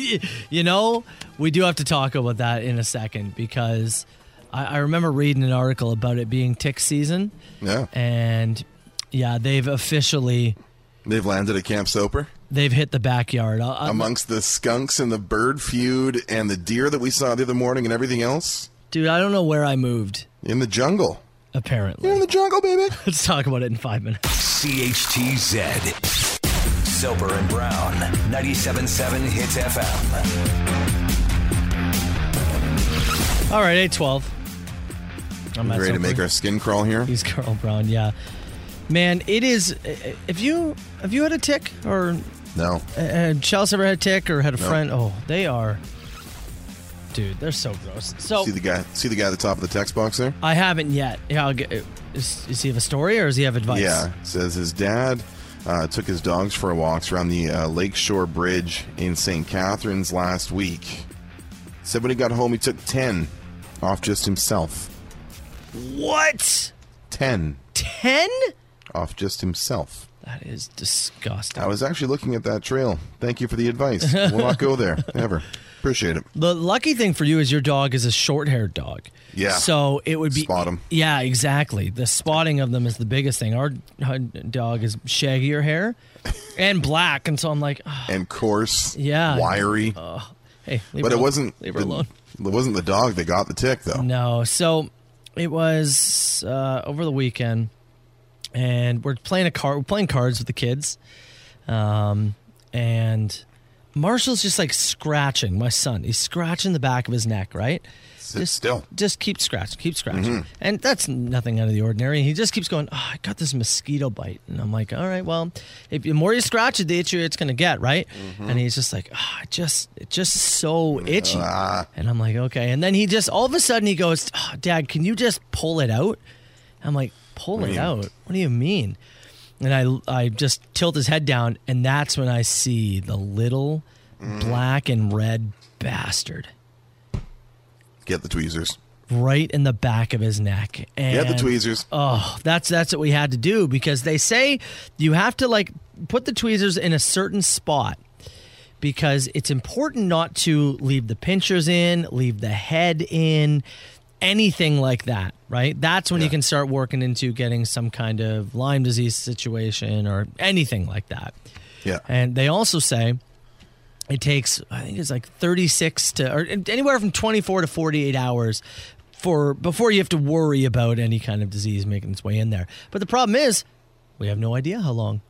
Speaker 6: You know, we do have to talk about that in a second because I, I remember reading an article about it being tick season.
Speaker 7: Yeah.
Speaker 6: And yeah, they've officially
Speaker 7: They've landed at Camp Soper.
Speaker 6: they've hit the backyard. I- I-
Speaker 7: Amongst the skunks and the bird feud and the deer that we saw the other morning and everything else.
Speaker 6: dude, I don't know where I moved.
Speaker 7: In the jungle.
Speaker 6: Apparently.
Speaker 7: You're in the jungle, baby.
Speaker 6: Let's talk about it in five minutes.
Speaker 5: CHTZ. Sober and Brown. 97.7 Hits FM.
Speaker 6: All right, eight twelve. I'm
Speaker 7: ready to make our skin crawl here.
Speaker 6: He's Carl Brown. Yeah, man, it is. If you have you had a tick or
Speaker 7: No.
Speaker 6: Uh, uh, Chelsea ever had a tick or had a
Speaker 7: No.
Speaker 6: friend? Oh, they are, dude. They're so gross. So
Speaker 7: See the guy. See the guy at the top of the text box there.
Speaker 6: I haven't yet. Yeah, I'll get, uh, is, does he have a story or does he have advice?
Speaker 7: Yeah, it says his dad uh, took his dogs for a walks around the uh, Lakeshore Bridge in St. Catharines last week. Said when he got home, he took ten off just himself.
Speaker 6: What?
Speaker 7: Ten
Speaker 6: Ten?
Speaker 7: off just himself.
Speaker 6: That is disgusting.
Speaker 7: I was actually looking at that trail. Thank you for the advice. We'll not go there ever. Appreciate it.
Speaker 6: The lucky thing for you is your dog is a short-haired dog.
Speaker 7: Yeah.
Speaker 6: So it would be
Speaker 7: Spot 'em.
Speaker 6: Yeah, exactly. The spotting of them is the biggest thing. Our our dog is shaggier hair and black, and so I'm like, "Ah,
Speaker 7: And coarse.
Speaker 6: Yeah.
Speaker 7: Wiry.
Speaker 6: hey,
Speaker 7: but
Speaker 6: leave her
Speaker 7: it
Speaker 6: al-
Speaker 7: wasn't.
Speaker 6: Leave her
Speaker 7: the-
Speaker 6: alone.
Speaker 7: It wasn't the dog that got the tick though.
Speaker 6: No. So it was uh, over the weekend, and we're playing a card. We're playing cards with the kids, um, and Marshall's just like scratching my son. He's scratching the back of his neck, right?
Speaker 7: Sit still.
Speaker 6: Just keep scratching, keep scratching,
Speaker 7: Mm-hmm.
Speaker 6: and that's nothing out of the ordinary. He just keeps going. Oh, I got this mosquito bite, and I'm like, all right, well, if the more you scratch it, the itchier it's gonna get, right?
Speaker 7: Mm-hmm.
Speaker 6: And he's just like, oh, it just, it's just so itchy.
Speaker 7: Ah.
Speaker 6: And I'm like, okay. And then he just all of a sudden he goes, "Oh, Dad, can you just pull it out? I'm like, pull
Speaker 7: What do
Speaker 6: it
Speaker 7: you-
Speaker 6: out? What do you mean? And I I just tilt his head down, and that's when I see the little
Speaker 7: Mm-hmm.
Speaker 6: black and red bastard
Speaker 7: Get the tweezers.
Speaker 6: right in the back of his neck. And
Speaker 7: Get the tweezers.
Speaker 6: Oh, that's that's what we had to do because they say you have to like put the tweezers in a certain spot because it's important not to leave the pinchers in, leave the head in, anything like that, right? That's when you can start working into getting some kind of Lyme disease situation or anything like that.
Speaker 7: Yeah.
Speaker 6: And they also say it takes, I think it's like 36 to, or anywhere from 24 to 48 hours for before you have to worry about any kind of disease making its way in there. But the problem is, we have no idea how long.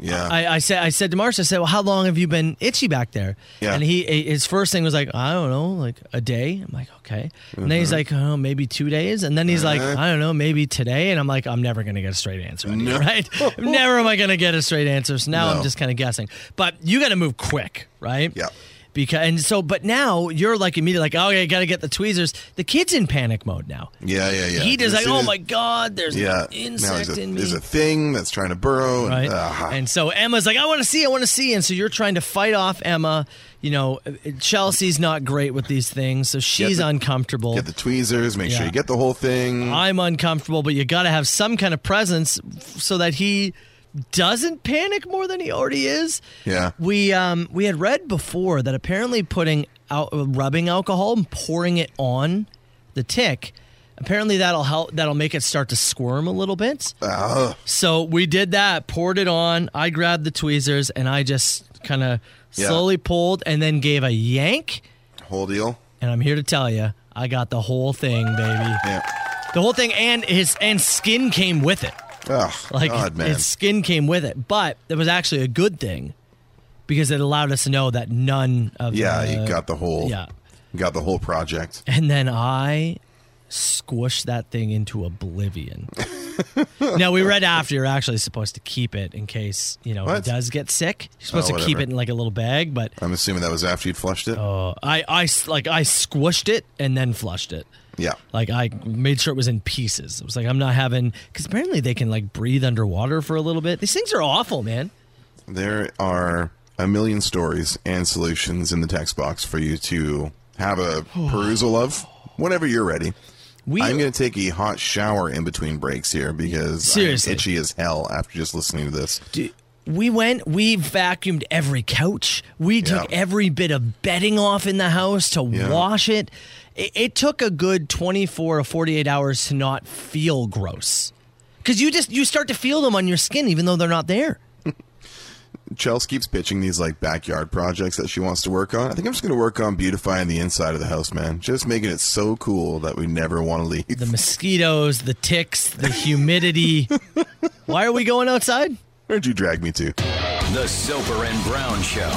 Speaker 7: Yeah.
Speaker 6: I, I said, I said to Marcia, I said, well, how long have you been itchy back there?
Speaker 7: Yeah.
Speaker 6: And he, his first thing was like, I don't know, like a day. I'm like, okay. And then he's like, oh, maybe two days. And then he's like,
Speaker 7: Mm-hmm. Uh-huh.
Speaker 6: I don't know, maybe today. And I'm like, I'm never going to get a straight answer. out of you,
Speaker 7: No.
Speaker 6: Right? never am I going to get a straight answer. So now
Speaker 7: No.
Speaker 6: I'm just kind of guessing. But you got to move quick, right?
Speaker 7: Yeah.
Speaker 6: Because, and so, but now you're like immediately like, oh, yeah, got to get the tweezers. The kid's in panic mode now.
Speaker 7: yeah. Yeah. Yeah.
Speaker 6: He does
Speaker 7: As
Speaker 6: like,
Speaker 7: soon
Speaker 6: oh
Speaker 7: as-
Speaker 6: my God, there's
Speaker 7: Yeah.
Speaker 6: an
Speaker 7: now
Speaker 6: insect
Speaker 7: there's a,
Speaker 6: in me
Speaker 7: there's a thing that's trying to burrow. And,
Speaker 6: right?
Speaker 7: ah.
Speaker 6: And so Emma's like, I want to see, I want to see. And so you're trying to fight off Emma. You know, Chelsea's not great with these things, so she's
Speaker 7: the-
Speaker 6: uncomfortable.
Speaker 7: get the tweezers. Make sure
Speaker 6: Yeah.
Speaker 7: you get the whole thing.
Speaker 6: I'm uncomfortable, but you got to have some kind of presence so that he doesn't panic more than he already is.
Speaker 7: Yeah.
Speaker 6: We um we uh, had read before that apparently putting out rubbing alcohol and pouring it on the tick, apparently that'll help. That'll make it start to squirm a little bit.
Speaker 7: Ah.
Speaker 6: So we did that. Poured it on. I grabbed the tweezers and I just kind of
Speaker 7: Yeah.
Speaker 6: slowly pulled and then gave a yank.
Speaker 7: Whole deal.
Speaker 6: And I'm here to tell you, I got the whole thing, baby. Yeah. The whole thing, and his and skin came with it.
Speaker 7: Oh,
Speaker 6: like
Speaker 7: God, man.
Speaker 6: its skin came with it. But it was actually a good thing because it allowed us to know that none of
Speaker 7: Yeah,
Speaker 6: the,
Speaker 7: you got the whole.
Speaker 6: uh, yeah.
Speaker 7: you got the whole project.
Speaker 6: And then I squished that thing into oblivion. now we read after you're actually supposed to keep it in case you know
Speaker 7: What?
Speaker 6: he does get sick. You're supposed
Speaker 7: Oh,
Speaker 6: to keep
Speaker 7: whatever.
Speaker 6: it in like a little bag, but
Speaker 7: I'm assuming that was after you'd flushed it.
Speaker 6: uh, I I s- like I squished it and then flushed it.
Speaker 7: yeah.
Speaker 6: Like I made sure it was in pieces. It was like I'm not having because apparently they can like breathe underwater for a little bit. These things are awful, man.
Speaker 7: There are a million stories and solutions in the text box for you to have a perusal of whenever you're ready. I'm going to take a hot shower in between breaks here because
Speaker 6: Seriously.
Speaker 7: I'm itchy as hell after just listening to this.
Speaker 6: We went, we vacuumed every couch. We took every bit of bedding off in the house to
Speaker 7: Yeah.
Speaker 6: wash it. it. It took a good 24 or 48 hours to not feel gross. Cuz you just you start to feel them on your skin even though they're not there.
Speaker 7: Chels keeps pitching these like backyard projects that she wants to work on. I think I'm just going to work on beautifying the inside of the house, man. Just making it so cool that we never want to leave.
Speaker 6: The mosquitoes, the ticks, the humidity. Why are we going outside?
Speaker 7: Where'd you drag me to?
Speaker 5: The Soper and Brown Show.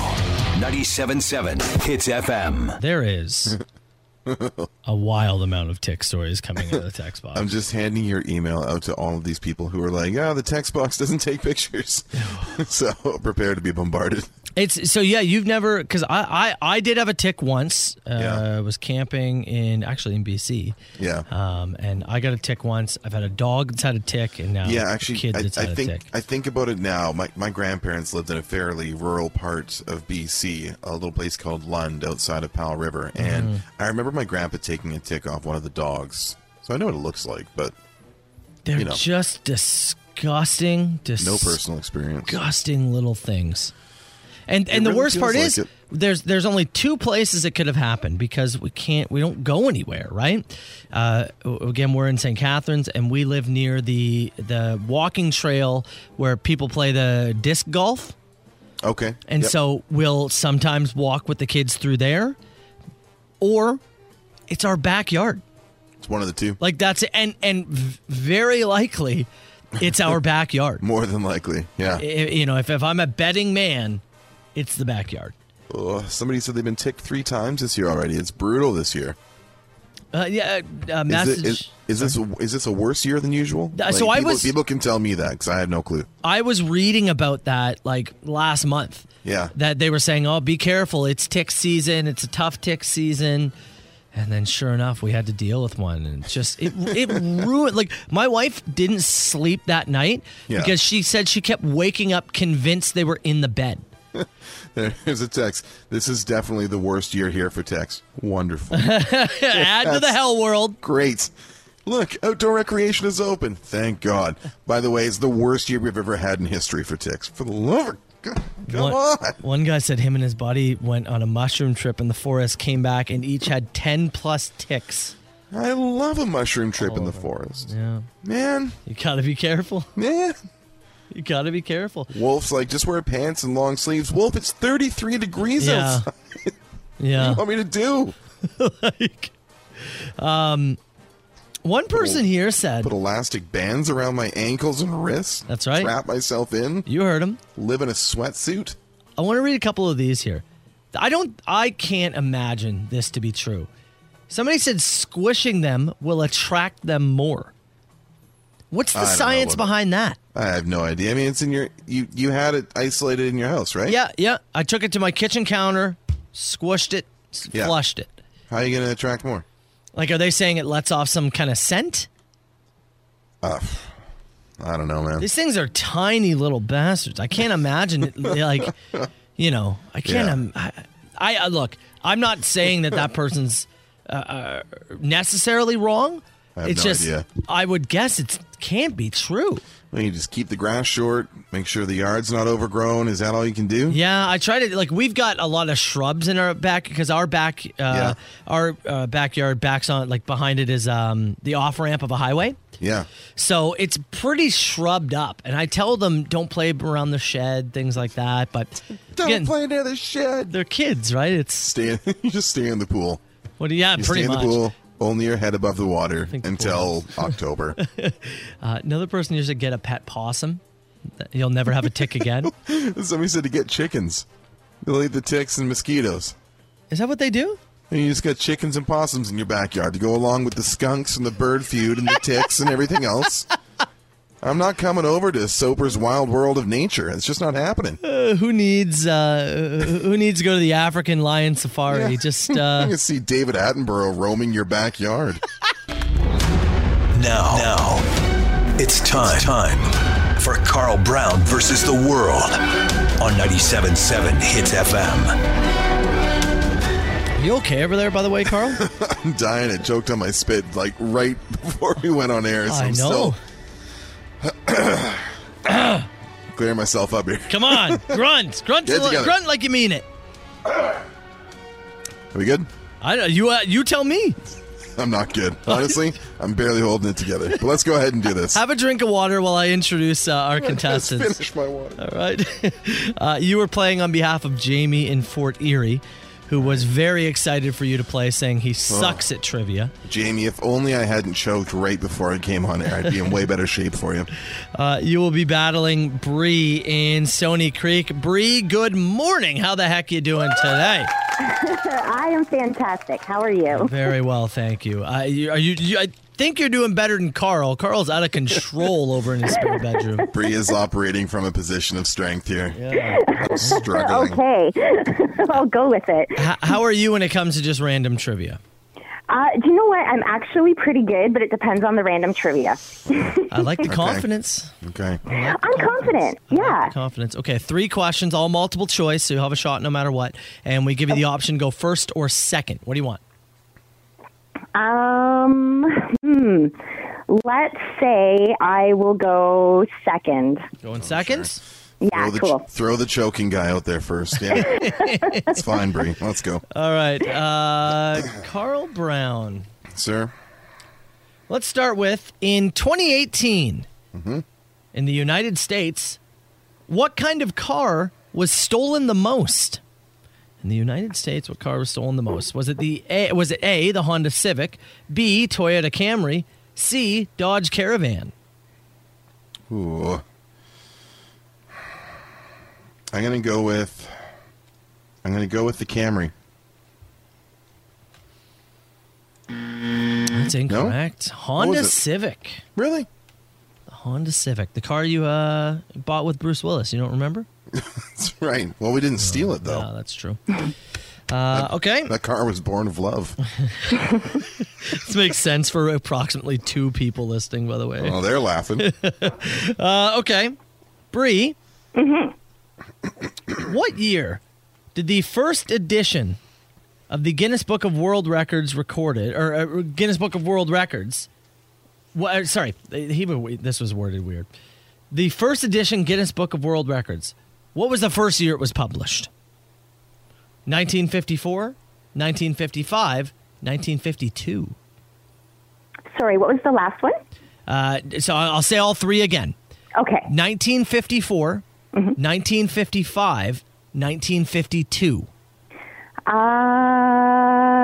Speaker 5: 97.7 Hits FM.
Speaker 6: There is a wild amount of tick stories coming out of the text box.
Speaker 7: I'm just handing your email out to all of these people who are like, oh, the text box doesn't take pictures. so prepare to be bombarded.
Speaker 6: It's so yeah. You've never because I, I I did have a tick once. Uh, Was camping in actually in BC.
Speaker 7: Yeah.
Speaker 6: Um, and I got a tick once. I've had a dog that's had a tick, and now
Speaker 7: yeah,
Speaker 6: a
Speaker 7: actually,
Speaker 6: Oh, kid
Speaker 7: I,
Speaker 6: that's
Speaker 7: I
Speaker 6: had a
Speaker 7: think
Speaker 6: tick.
Speaker 7: I think about it now. My my grandparents lived in a fairly rural part of BC, a little place called Lund outside of Powell River, and
Speaker 6: Mhm.
Speaker 7: I remember my grandpa taking a tick off one of the dogs. So I know what it looks like, but
Speaker 6: They're
Speaker 7: you know.
Speaker 6: just disgusting. Dis-
Speaker 7: no personal experience.
Speaker 6: Disgusting little things. And
Speaker 7: It
Speaker 6: and the
Speaker 7: really
Speaker 6: worst part
Speaker 7: feels
Speaker 6: is
Speaker 7: like it.
Speaker 6: there's there's only two places it could have happened because we can't we don't go anywhere right. Uh, w- again, we're in St. Catharines and we live near the the walking trail where people play the disc golf.
Speaker 7: Okay.
Speaker 6: And
Speaker 7: Yep.
Speaker 6: so we'll sometimes walk with the kids through there, or it's our backyard.
Speaker 7: It's one of the two.
Speaker 6: Like that's and and v- very likely, it's our backyard.
Speaker 7: More than likely, yeah.
Speaker 6: I- you know, if if I'm a betting man, it's the backyard.
Speaker 7: Ugh, Oh, somebody said they've been ticked three times this year already. It's brutal this year.
Speaker 6: Uh, yeah, uh, uh,
Speaker 7: Is,
Speaker 6: message.
Speaker 7: it, is, is this a, is this a worse year than usual?
Speaker 6: Uh, so I
Speaker 7: people,
Speaker 6: was-
Speaker 7: people can tell me that because I had no clue.
Speaker 6: I was reading about that like last month.
Speaker 7: Yeah.
Speaker 6: That they were saying, "Oh, be careful! It's tick season. It's a tough tick season." And then, sure enough, we had to deal with one, and it's just it it ruined. Like my wife didn't sleep that night
Speaker 7: Yeah.
Speaker 6: because she said she kept waking up convinced they were in the bed.
Speaker 7: There's a text. This is definitely the worst year here for text. Wonderful.
Speaker 6: Add to the
Speaker 7: That's
Speaker 6: hell world.
Speaker 7: Great. Look, outdoor recreation is open. Thank God. By the way, it's the worst year we've ever had in history for ticks. For the love of God. Come
Speaker 6: one,
Speaker 7: on.
Speaker 6: one guy said him and his buddy went on a mushroom trip in the forest, came back, and each had ten plus ticks.
Speaker 7: I love a mushroom trip in the forest.
Speaker 6: Oh, Yeah.
Speaker 7: Man.
Speaker 6: You gotta be careful.
Speaker 7: Yeah.
Speaker 6: You gotta be careful.
Speaker 7: Wolf's like, just wear pants and long sleeves. Wolf, it's 33 degrees
Speaker 6: Yeah.
Speaker 7: outside. What do
Speaker 6: Yeah.
Speaker 7: you want me to do?
Speaker 6: like, um, one person here said,
Speaker 7: Put elastic bands around my ankles and wrists.
Speaker 6: That's right.
Speaker 7: Trap myself in.
Speaker 6: You heard him.
Speaker 7: Live in a sweatsuit.
Speaker 6: I want to read a couple of these here. I don't, I can't imagine this to be true. Somebody said squishing them will attract them more. What's the
Speaker 7: I don't know
Speaker 6: science
Speaker 7: what-
Speaker 6: behind that?
Speaker 7: I have no idea. I mean, it's in your you you had it isolated in your house, right?
Speaker 6: Yeah, yeah. I took it to my kitchen counter, squished it, s-
Speaker 7: Yeah.
Speaker 6: flushed it.
Speaker 7: How are you going to attract more?
Speaker 6: Like, are they saying it lets off some kind of scent?
Speaker 7: Uh, I don't know, man.
Speaker 6: These things are tiny little bastards. I can't imagine it. Like, you know, I can't.
Speaker 7: Yeah.
Speaker 6: im- I, I uh, look. I'm not saying that that person's uh, uh, necessarily wrong,
Speaker 7: I have
Speaker 6: it's
Speaker 7: no
Speaker 6: just
Speaker 7: idea.
Speaker 6: I would guess it can't be true.
Speaker 7: Well, you just keep the grass short, make sure the yard's not overgrown. Is that all you can do?
Speaker 6: Yeah, I try to like we've got a lot of shrubs in our back because our back uh, our uh, backyard backs on like behind it is um, the off ramp of a highway.
Speaker 7: Yeah.
Speaker 6: So it's pretty shrubbed up, and I tell them don't play around the shed, things like that. But
Speaker 7: Don't play near the shed.
Speaker 6: They're kids, right? It's
Speaker 7: stay. you just stay in the pool.
Speaker 6: What do you have?
Speaker 7: You
Speaker 6: Pretty
Speaker 7: stay in
Speaker 6: much.
Speaker 7: the pool, only your head above the water
Speaker 6: think the
Speaker 7: until
Speaker 6: pool
Speaker 7: October.
Speaker 6: Uh, another person used to get a pet possum. You'll never have a tick again.
Speaker 7: Somebody said to get chickens. They'll eat the ticks and mosquitoes.
Speaker 6: Is that what they do?
Speaker 7: And you just got chickens and possums in your backyard to go along with the skunks and the bird feud and the ticks and everything else. I'm not coming over to Soper's Wild World of Nature. It's just not happening.
Speaker 6: Uh, who needs uh, who needs to go to the African lion safari? Just
Speaker 7: you
Speaker 6: uh,
Speaker 7: can see David Attenborough roaming your backyard.
Speaker 5: Now, now, it's time, time for Carl Brown versus the world on 97.7 Hits FM.
Speaker 6: you okay over there, by the way, Carl?
Speaker 7: I'm dying. It choked on my spit like right before we went on air. So
Speaker 6: I
Speaker 7: I'm
Speaker 6: know.
Speaker 7: still clearing myself up here.
Speaker 6: Come on, grunt, grunt,
Speaker 7: Get it
Speaker 6: li-
Speaker 7: together.
Speaker 6: grunt like you mean it.
Speaker 7: Are we good?
Speaker 6: I don't, you uh, you tell me.
Speaker 7: I'm not good. Honestly, I'm barely holding it together. But let's go ahead and do this.
Speaker 6: Have a drink of water while I introduce uh, our contestants.
Speaker 7: Finish my water.
Speaker 6: All right. Uh, you were playing on behalf of Jamie in Fort Erie, who was very excited for you to play, saying he sucks at trivia.
Speaker 7: Jamie, if only I hadn't choked right before I came on air, I'd be in way better shape for you.
Speaker 6: Uh, you will be battling Bree in Stony Creek. Bree, good morning. How the heck you doing today?
Speaker 15: I am fantastic. How are you?
Speaker 6: Very well, thank you. Uh, you, are you, you? I think you're doing better than Carl. Carl's out of control over in his spare bedroom.
Speaker 7: Bree is operating from a position of strength here.
Speaker 6: Yeah.
Speaker 7: I'm struggling.
Speaker 15: Okay, I'll go with it.
Speaker 6: H- how are you when it comes to just random trivia?
Speaker 15: Uh, do you know what? I'm actually pretty good, but it depends on the random trivia.
Speaker 6: I like the
Speaker 15: Okay.
Speaker 6: confidence.
Speaker 7: Okay.
Speaker 15: I'm confident. Yeah.
Speaker 6: Confidence. Okay, three questions, all multiple choice, so you'll have a shot no matter what. And we give you the option go first or second. What do you want?
Speaker 15: Um. Hmm. Let's say I will go second.
Speaker 6: Going seconds?
Speaker 15: Yeah.
Speaker 7: Throw the,
Speaker 15: cool.
Speaker 7: throw the choking guy out there first. Yeah. it's fine, Bree. Let's go.
Speaker 6: All right. Uh, Carl Brown.
Speaker 7: Sir?
Speaker 6: Let's start with in 2018,
Speaker 7: Mm-hmm.
Speaker 6: in the United States, what kind of car was stolen the most? In the United States, what car was stolen the most? Was it the A, was it A, the Honda Civic, B, Toyota Camry, C, Dodge Caravan?
Speaker 7: Ooh. I'm gonna go with I'm gonna go with the Camry.
Speaker 6: That's incorrect.
Speaker 7: What
Speaker 6: Honda
Speaker 7: was it?
Speaker 6: Civic.
Speaker 7: Really?
Speaker 6: The Honda Civic, the car you uh, bought with Bruce Willis. You don't remember?
Speaker 7: That's right. Well, we didn't steal it though.
Speaker 6: No, that's true. Uh, okay.
Speaker 7: That car was born of love.
Speaker 6: This makes sense for approximately two people listening, by the way.
Speaker 7: Oh, they're laughing.
Speaker 6: Uh, okay. Bree.
Speaker 15: Mm-hmm.
Speaker 6: What year did the first edition of the Guinness Book of World Records recorded, or uh, Guinness Book of World Records? Well, uh, sorry, he, this was worded weird. The first edition Guinness Book of World Records. What was the first year it was published? 1954, 1955, 1952.
Speaker 15: Sorry, what was the last one?
Speaker 6: Uh, so I- I'll say all three again.
Speaker 15: Okay.
Speaker 6: 1954,
Speaker 7: Mm-hmm.
Speaker 6: 1955, 1952.
Speaker 15: Uh,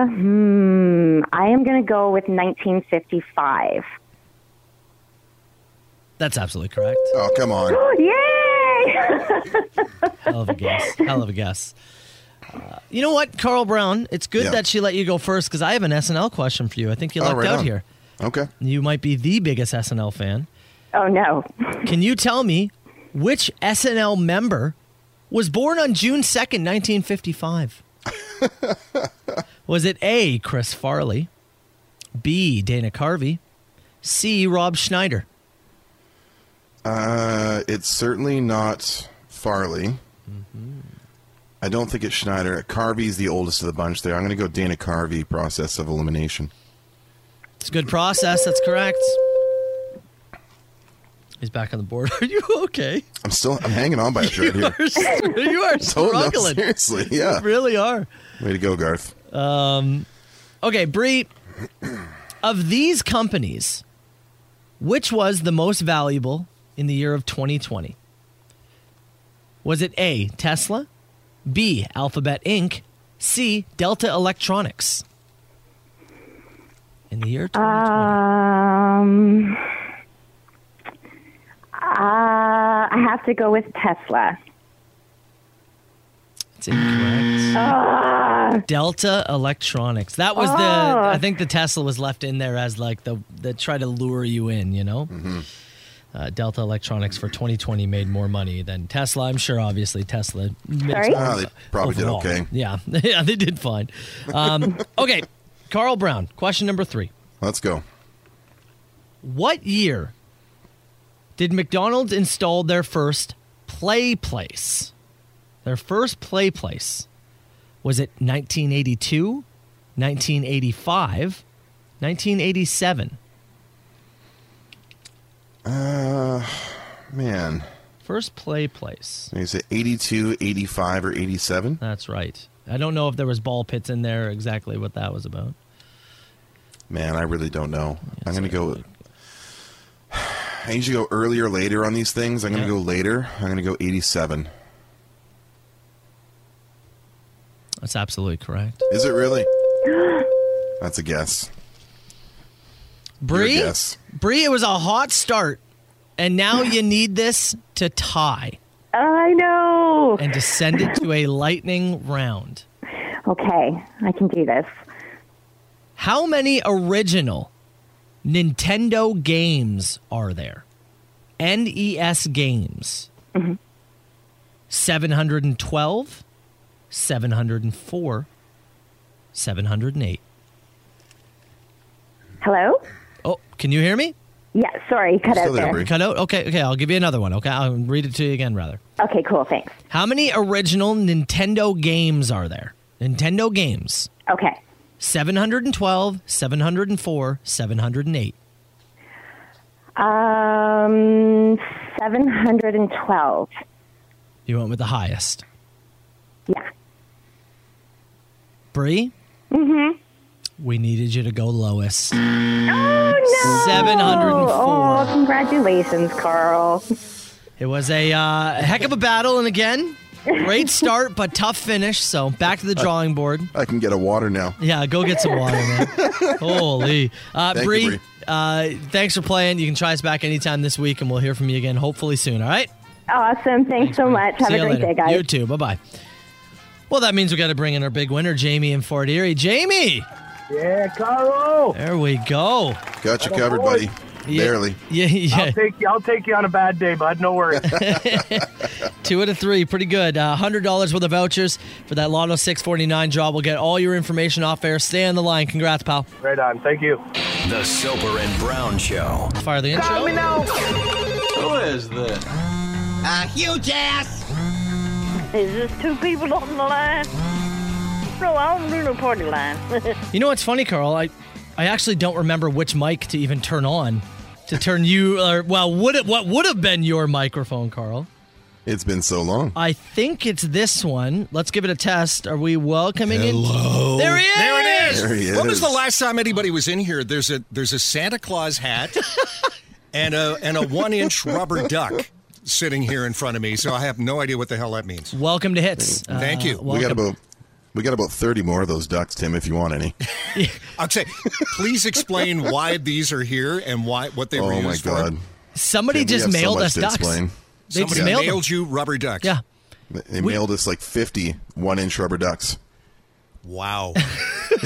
Speaker 15: hmm. I am going to go with 1955.
Speaker 6: That's absolutely correct.
Speaker 7: Oh, come on.
Speaker 15: Yay!
Speaker 6: Hell of a guess. Hell of a guess. Uh, you know what, Carl Brown? It's good
Speaker 7: Yeah.
Speaker 6: that she let you go first because I have an SNL question for you. I think you
Speaker 7: Oh,
Speaker 6: lucked
Speaker 7: right
Speaker 6: out
Speaker 7: on.
Speaker 6: here.
Speaker 7: Okay.
Speaker 6: You might be the biggest SNL fan.
Speaker 15: oh no.
Speaker 6: Can you tell me which SNL member was born on June 2nd, 1955? was it A, Chris Farley, B, Dana Carvey, C, Rob Schneider?
Speaker 7: Uh, it's certainly not Farley.
Speaker 6: Mm-hmm.
Speaker 7: I don't think it's Schneider. Carvey's the oldest of the bunch there. I'm gonna go Dana Carvey process of elimination.
Speaker 6: It's a good process. That's correct. He's back on the board. Are you okay?
Speaker 7: I'm still I'm hanging on by a thread here.
Speaker 6: Are, you are
Speaker 7: Don't know,
Speaker 6: struggling.
Speaker 7: seriously, yeah.
Speaker 6: You really are.
Speaker 7: Way to go, Garth.
Speaker 6: Um, okay, Bree. Of these companies, which was the most valuable in the year of 2020? Was it A. Tesla, B. Alphabet Inc., C. Delta Electronics? In the year
Speaker 15: Um, uh, I have to go with Tesla.
Speaker 6: That's incorrect.
Speaker 15: Ah.
Speaker 6: Delta Electronics. That was the.
Speaker 15: Oh.
Speaker 6: I think the Tesla was left in there as like the the try to lure you in. You know.
Speaker 7: Mm-hmm.
Speaker 6: Uh, Delta Electronics for 2020 made more money than Tesla. I'm sure, obviously, Tesla. makes
Speaker 7: Sorry?
Speaker 6: more
Speaker 7: Ah, they probably did
Speaker 6: overall.
Speaker 7: okay.
Speaker 6: Oh, Yeah, yeah, they did fine. Um, okay, Carl Brown. Question number three.
Speaker 7: Let's go.
Speaker 6: What year did McDonald's install their first play place? Their first play place was it 1982, 1985, 1987?
Speaker 7: Uh man.
Speaker 6: First play place.
Speaker 7: You say 82, 85, or 87?
Speaker 6: That's right. I don't know if there was ball pits in there or exactly what that was about.
Speaker 7: Man, I really don't know. I'm going to go. I usually go earlier, later on these things. I'm going to go later. I'm going to go 87.
Speaker 6: That's absolutely correct.
Speaker 7: Is it really? That's a guess.
Speaker 6: Bree,
Speaker 7: Your guess.
Speaker 6: Bree, it was a hot start, and now you need this to tie
Speaker 15: I know.
Speaker 6: and to send it to a lightning round.
Speaker 15: Okay, I can do this.
Speaker 6: How many original Nintendo games are there? NES games. 712, 704, 708.
Speaker 15: Hello?
Speaker 6: Oh, can you hear me?
Speaker 15: Yeah, sorry, cut out there.
Speaker 6: Cut out? Okay, okay, I'll give you another one. Okay, I'll read it to you again rather.
Speaker 15: Okay, cool, thanks.
Speaker 6: How many original Nintendo games are there? Nintendo games.
Speaker 15: Okay.
Speaker 6: 712, 704, 708.
Speaker 15: Um, 712.
Speaker 6: You went with the highest.
Speaker 15: Yeah.
Speaker 6: Bree,
Speaker 15: Mm-hmm.
Speaker 6: we needed you to go lowest.
Speaker 15: Oh, no.
Speaker 6: 704.
Speaker 15: Oh, congratulations, Carl.
Speaker 6: It was a uh, heck of a battle, and again, great start, but tough finish. So back to
Speaker 7: Uh,
Speaker 6: the drawing board.
Speaker 7: I can get a water now.
Speaker 6: Yeah, go get some water, man. Holy. Uh,
Speaker 7: Thank you,
Speaker 6: Bree,
Speaker 7: Bree.
Speaker 6: uh, thanks for playing. You can try us back anytime this week, and we'll hear from you again hopefully soon, all right?
Speaker 15: Awesome. Thanks, so much. Have
Speaker 6: See
Speaker 15: a
Speaker 6: you
Speaker 15: great
Speaker 6: later.
Speaker 15: day, guys.
Speaker 6: You too. Bye bye. Well, that means we got to bring in our big winner, Jamie in Fort Erie. Jamie!
Speaker 16: Yeah, Carl.
Speaker 6: There we go.
Speaker 7: Got you covered, buddy.
Speaker 6: Yeah.
Speaker 7: Barely.
Speaker 6: Yeah, yeah.
Speaker 16: I'll take you. I'll take you on a bad day, bud. No worries.
Speaker 6: Two out of three, pretty good. Uh, Hundred dollars worth of vouchers for that Lotto 649 job. We'll get all your information off air. Stay on the line. Congrats, pal.
Speaker 16: right on. Thank you.
Speaker 17: The Soper and Brown Show.
Speaker 6: Fire the intro.
Speaker 17: Who is this?
Speaker 4: A huge ass! Is this two people on the line? No, I don't do no party line.
Speaker 6: You know what's funny, Carl? I, I actually don't remember which mic to even turn on, to turn you or well, would it what would have been your microphone, Carl?
Speaker 7: It's been so long.
Speaker 6: I think it's this one. Let's give it a test. Are we welcoming in? There he is.
Speaker 17: There it is.
Speaker 7: There he
Speaker 17: When
Speaker 7: is.
Speaker 17: was the last time anybody was in here? There's a there's a Santa Claus hat and a and a one inch rubber duck sitting here in front of me. So I have no idea what the hell that means.
Speaker 6: Welcome to Hits. Uh,
Speaker 17: Thank you.
Speaker 7: we got about we got about 30 more of those ducks, Tim, if you want any.
Speaker 17: I'll say, please explain why these are here and why what they were
Speaker 7: oh
Speaker 17: used
Speaker 7: my
Speaker 17: for.
Speaker 7: god.
Speaker 6: Somebody
Speaker 7: Tim, we
Speaker 6: just
Speaker 7: have so
Speaker 6: mailed
Speaker 7: much
Speaker 6: us
Speaker 7: to
Speaker 6: ducks.
Speaker 7: explain.
Speaker 6: They just
Speaker 17: Somebody
Speaker 6: mailed,
Speaker 17: mailed,
Speaker 6: them.
Speaker 17: you rubber ducks.
Speaker 6: Yeah.
Speaker 7: They mailed us like 50 one inch rubber ducks.
Speaker 17: Wow.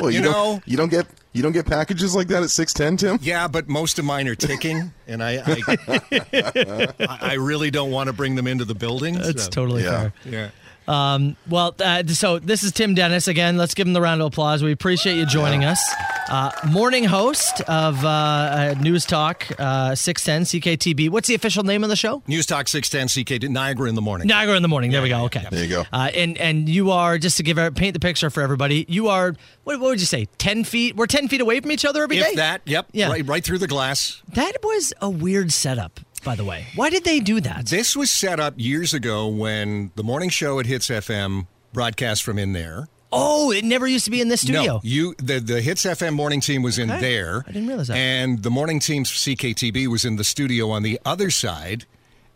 Speaker 7: Well, you,
Speaker 17: You
Speaker 7: don't,
Speaker 17: know-
Speaker 7: you don't get you don't get packages like that at 610, Tim?
Speaker 17: Yeah, but most of mine are ticking, and I I, I I really don't want to bring them into the building.
Speaker 6: That's
Speaker 17: so-
Speaker 6: totally
Speaker 17: yeah.
Speaker 6: fair.
Speaker 17: Yeah.
Speaker 6: Um, well, uh, so this is Tim Dennis again. Let's give him the round of applause. We appreciate you joining us. Uh, morning host of uh, uh, News Talk uh, 610 CKTB. What's the official name of the show?
Speaker 17: News Talk 610 CK Niagara in the morning.
Speaker 6: Niagara in the morning. There we go. Okay.
Speaker 17: There you go.
Speaker 6: Uh, and and you are just to give our, paint the picture for everybody. You are what, what would you say? Ten feet. We're ten feet away from each other every day.
Speaker 17: If that, yep.
Speaker 6: Yeah.
Speaker 17: Right, right through the glass.
Speaker 6: That was a weird setup, by the way. Why did they do that?
Speaker 17: This was set up years ago when the morning show at Hits FM broadcast from in there.
Speaker 6: Oh, it never used to be in this studio.
Speaker 17: No, you the the Hits FM morning team was in
Speaker 6: Okay.
Speaker 17: there.
Speaker 6: I didn't realize that.
Speaker 17: And the morning team's CKTB was in the studio on the other side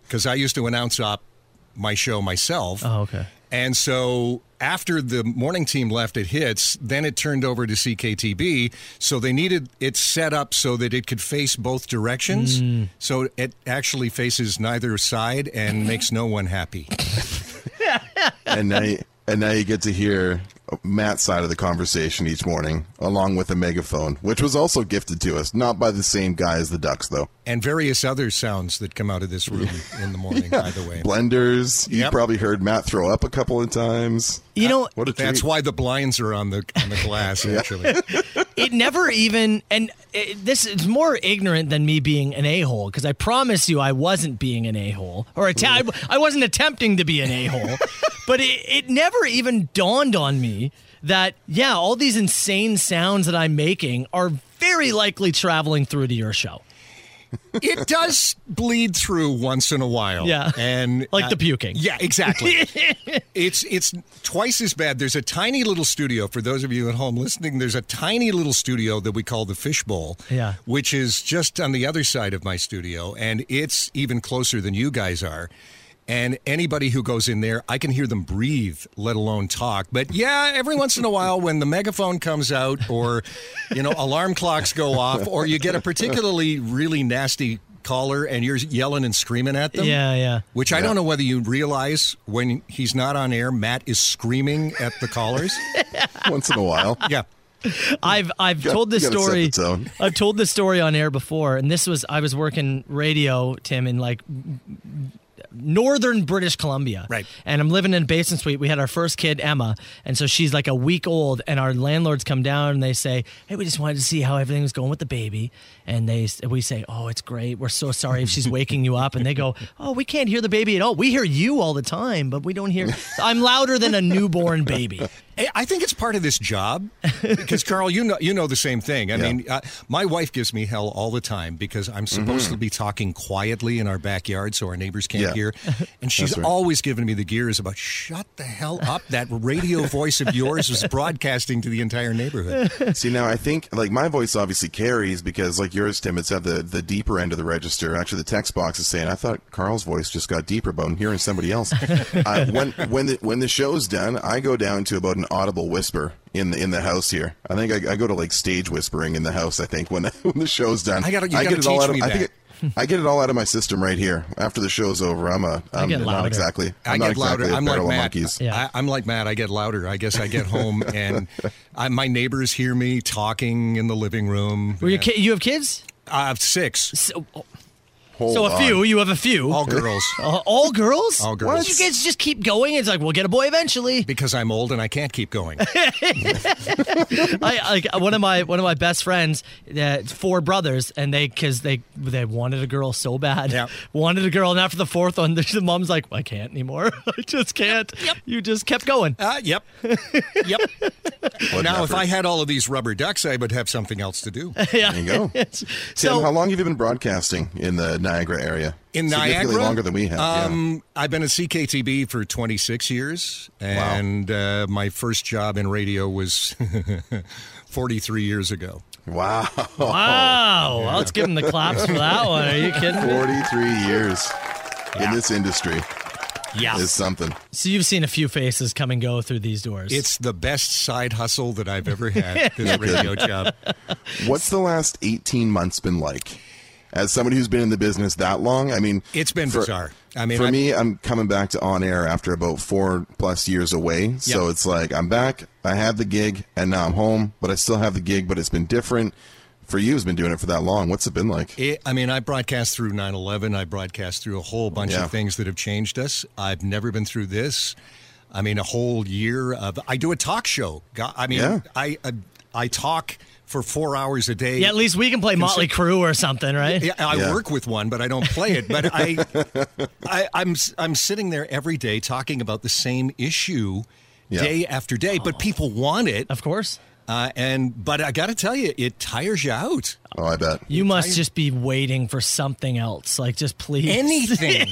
Speaker 17: because I used to announce up my show myself.
Speaker 6: Oh, okay.
Speaker 17: And so after the morning team left at Hits, then it turned over to CKTB. So they needed it set up so that it could face both directions.
Speaker 6: Mm.
Speaker 17: So it actually faces neither side and makes no one happy.
Speaker 7: and now you, and now you get to hear Matt's side of the conversation each morning, along with a megaphone, which was also gifted to us, not by the same guy as the Ducks though.
Speaker 17: And various other sounds that come out of this room in the morning, by the way.
Speaker 7: Blenders, you
Speaker 17: Yep.
Speaker 7: probably heard Matt throw up a couple of times.
Speaker 6: You know,
Speaker 7: What a
Speaker 17: That's
Speaker 7: treat.
Speaker 17: why the blinds are on the on the glass. Actually,
Speaker 6: it never even and it, this is more ignorant than me being an a-hole because i promise you i wasn't being an a-hole or att- I, I wasn't attempting to be an a-hole but it, it never even dawned on me that yeah all these insane sounds that i'm making are very likely traveling through to your show
Speaker 17: it does bleed through once in a while.
Speaker 6: Yeah.
Speaker 17: Oh, and
Speaker 6: Like the puking.
Speaker 17: Yeah, exactly. it's it's twice as bad. There's a tiny little studio for those of you at home listening. There's a tiny little studio that we call the fishbowl.
Speaker 6: Yeah.
Speaker 17: which is just on the other side of my studio, and it's even closer than you guys are. And anybody who goes in there, I can hear them breathe, let alone talk. But yeah, every once in a while, when the megaphone comes out, or you know, alarm clocks go off, or you get a particularly really nasty caller, and you're yelling and screaming at them.
Speaker 6: Yeah, yeah.
Speaker 17: Which I don't know whether you realize when he's not on air, Matt is screaming at the callers.
Speaker 7: Once in a while.
Speaker 17: Yeah.
Speaker 6: I've I've
Speaker 17: Got-
Speaker 6: told this
Speaker 17: gotta set
Speaker 6: story.
Speaker 17: the tone.
Speaker 6: I've told this story on air before, and this was I was working radio, Tim, in like m- m- northern British Columbia. Right. And I'm living in a basement suite. We had our first kid, Emma, and so she's like a week old. And our landlords come down and they say, "Hey, we just wanted to see how everything was going with the baby." And they s- we say, "Oh, it's great. We're so sorry if she's waking you up." And they go, "Oh, we can't hear the baby at all. We hear you all the time, but we don't hear. I'm louder than a newborn baby."
Speaker 17: I- I think it's part of this job because Carl, you know, you know the same thing. I mean, uh, my wife gives me hell all the time because I'm supposed
Speaker 7: Mhm.
Speaker 17: to be talking quietly in our backyard so our neighbors can't
Speaker 7: Yeah.
Speaker 17: hear, and she's
Speaker 7: That's right.
Speaker 17: always giving me the gears about shut the hell up. That radio voice of yours is broadcasting to the entire neighborhood.
Speaker 7: See now, I think like my voice obviously carries because like yours, Tim, it's at the the deeper end of the register. Actually, the text box is saying, "I thought Carl's voice just got deeper, but I'm hearing somebody else." uh, when when the when the show's done, I go down to about an audible whisper in the in the house here. I think I, I go to like stage whispering in the house. I think when when the show's done,
Speaker 17: I gotta- you
Speaker 7: I
Speaker 17: gotta
Speaker 7: get it all
Speaker 17: teach
Speaker 7: out of
Speaker 17: me
Speaker 7: I think.
Speaker 17: that.
Speaker 7: It, I get it all out of my system right here. After the show's over, I'm a I'm
Speaker 17: get
Speaker 7: not
Speaker 17: louder.
Speaker 7: exactly I'm
Speaker 17: I
Speaker 7: not
Speaker 17: get louder.
Speaker 7: exactly a
Speaker 17: I'm like
Speaker 7: barrel of
Speaker 17: Matt.
Speaker 7: monkeys.
Speaker 17: I, am like Matt. I get louder. I guess I get home and I, my neighbors hear me talking in the living room.
Speaker 6: Were you ki- you have kids?
Speaker 17: I have six.
Speaker 6: So, so a few. You have a few.
Speaker 17: All girls.
Speaker 6: Uh, all girls.
Speaker 17: All
Speaker 6: Why
Speaker 17: girls.
Speaker 6: don't you guys just keep going? It's like we'll get a boy eventually.
Speaker 17: Because I'm old and I can't keep going.
Speaker 6: I like uh, one of my one of my best friends, uh, four brothers, and they because they they wanted a girl so bad, wanted a girl, and after the fourth one, the, the mom's like, I can't anymore. I just can't. Yep. You just kept going.
Speaker 17: Uh, yep. yep.
Speaker 7: What an
Speaker 17: now, if
Speaker 7: effort.
Speaker 17: I had all of these rubber ducks, I would have something else to do.
Speaker 6: yeah.
Speaker 7: There you go. Tim, how long have you been broadcasting in the Niagara area?
Speaker 17: In
Speaker 7: Significantly
Speaker 17: Niagara,
Speaker 7: longer than we have. yeah.
Speaker 17: Um, I've been at CKTB for 26 years, and uh, my first job in radio was 43 years ago.
Speaker 7: Wow!
Speaker 6: Wow. Well, let's give him the claps for that one. Are you kidding me?
Speaker 7: 43 years in this industry.
Speaker 6: Yeah.
Speaker 7: Is something.
Speaker 6: So you've seen a few faces come and go through these doors.
Speaker 17: It's the best side hustle that I've ever had. This radio job.
Speaker 7: What's the last 18 months been like? As somebody who's been in the business that long, I mean,
Speaker 17: It's been
Speaker 7: for-
Speaker 17: bizarre. I mean,
Speaker 7: for
Speaker 17: I-
Speaker 7: me, I'm coming back to on air after about four plus years away. So
Speaker 17: Yep.
Speaker 7: it's like I'm back. I had the gig, and now I'm home, but I still have the gig, but it's been different. For you, who's been doing it for that long? What's it been like?
Speaker 17: It, I mean, I broadcast through 9 11. I broadcast through a whole bunch
Speaker 7: Yeah.
Speaker 17: of things that have changed us. I've never been through this. I mean, a whole year of. I do a talk show. Go- I mean,
Speaker 7: Yeah.
Speaker 17: I, I I talk for four hours a day.
Speaker 6: Yeah, at least we can play Motley
Speaker 17: Consi-
Speaker 6: Crue or something, right?
Speaker 17: Yeah, I work with one, but I don't play it. But I, I, I'm I'm sitting there every day talking about the same issue,
Speaker 6: Yeah.
Speaker 17: day after day. But people want it, of
Speaker 6: course.
Speaker 17: Uh, and but I got to tell you, it tires you out.
Speaker 7: Oh, I bet.
Speaker 6: You must just be waiting for something else. Like, just please.
Speaker 17: anything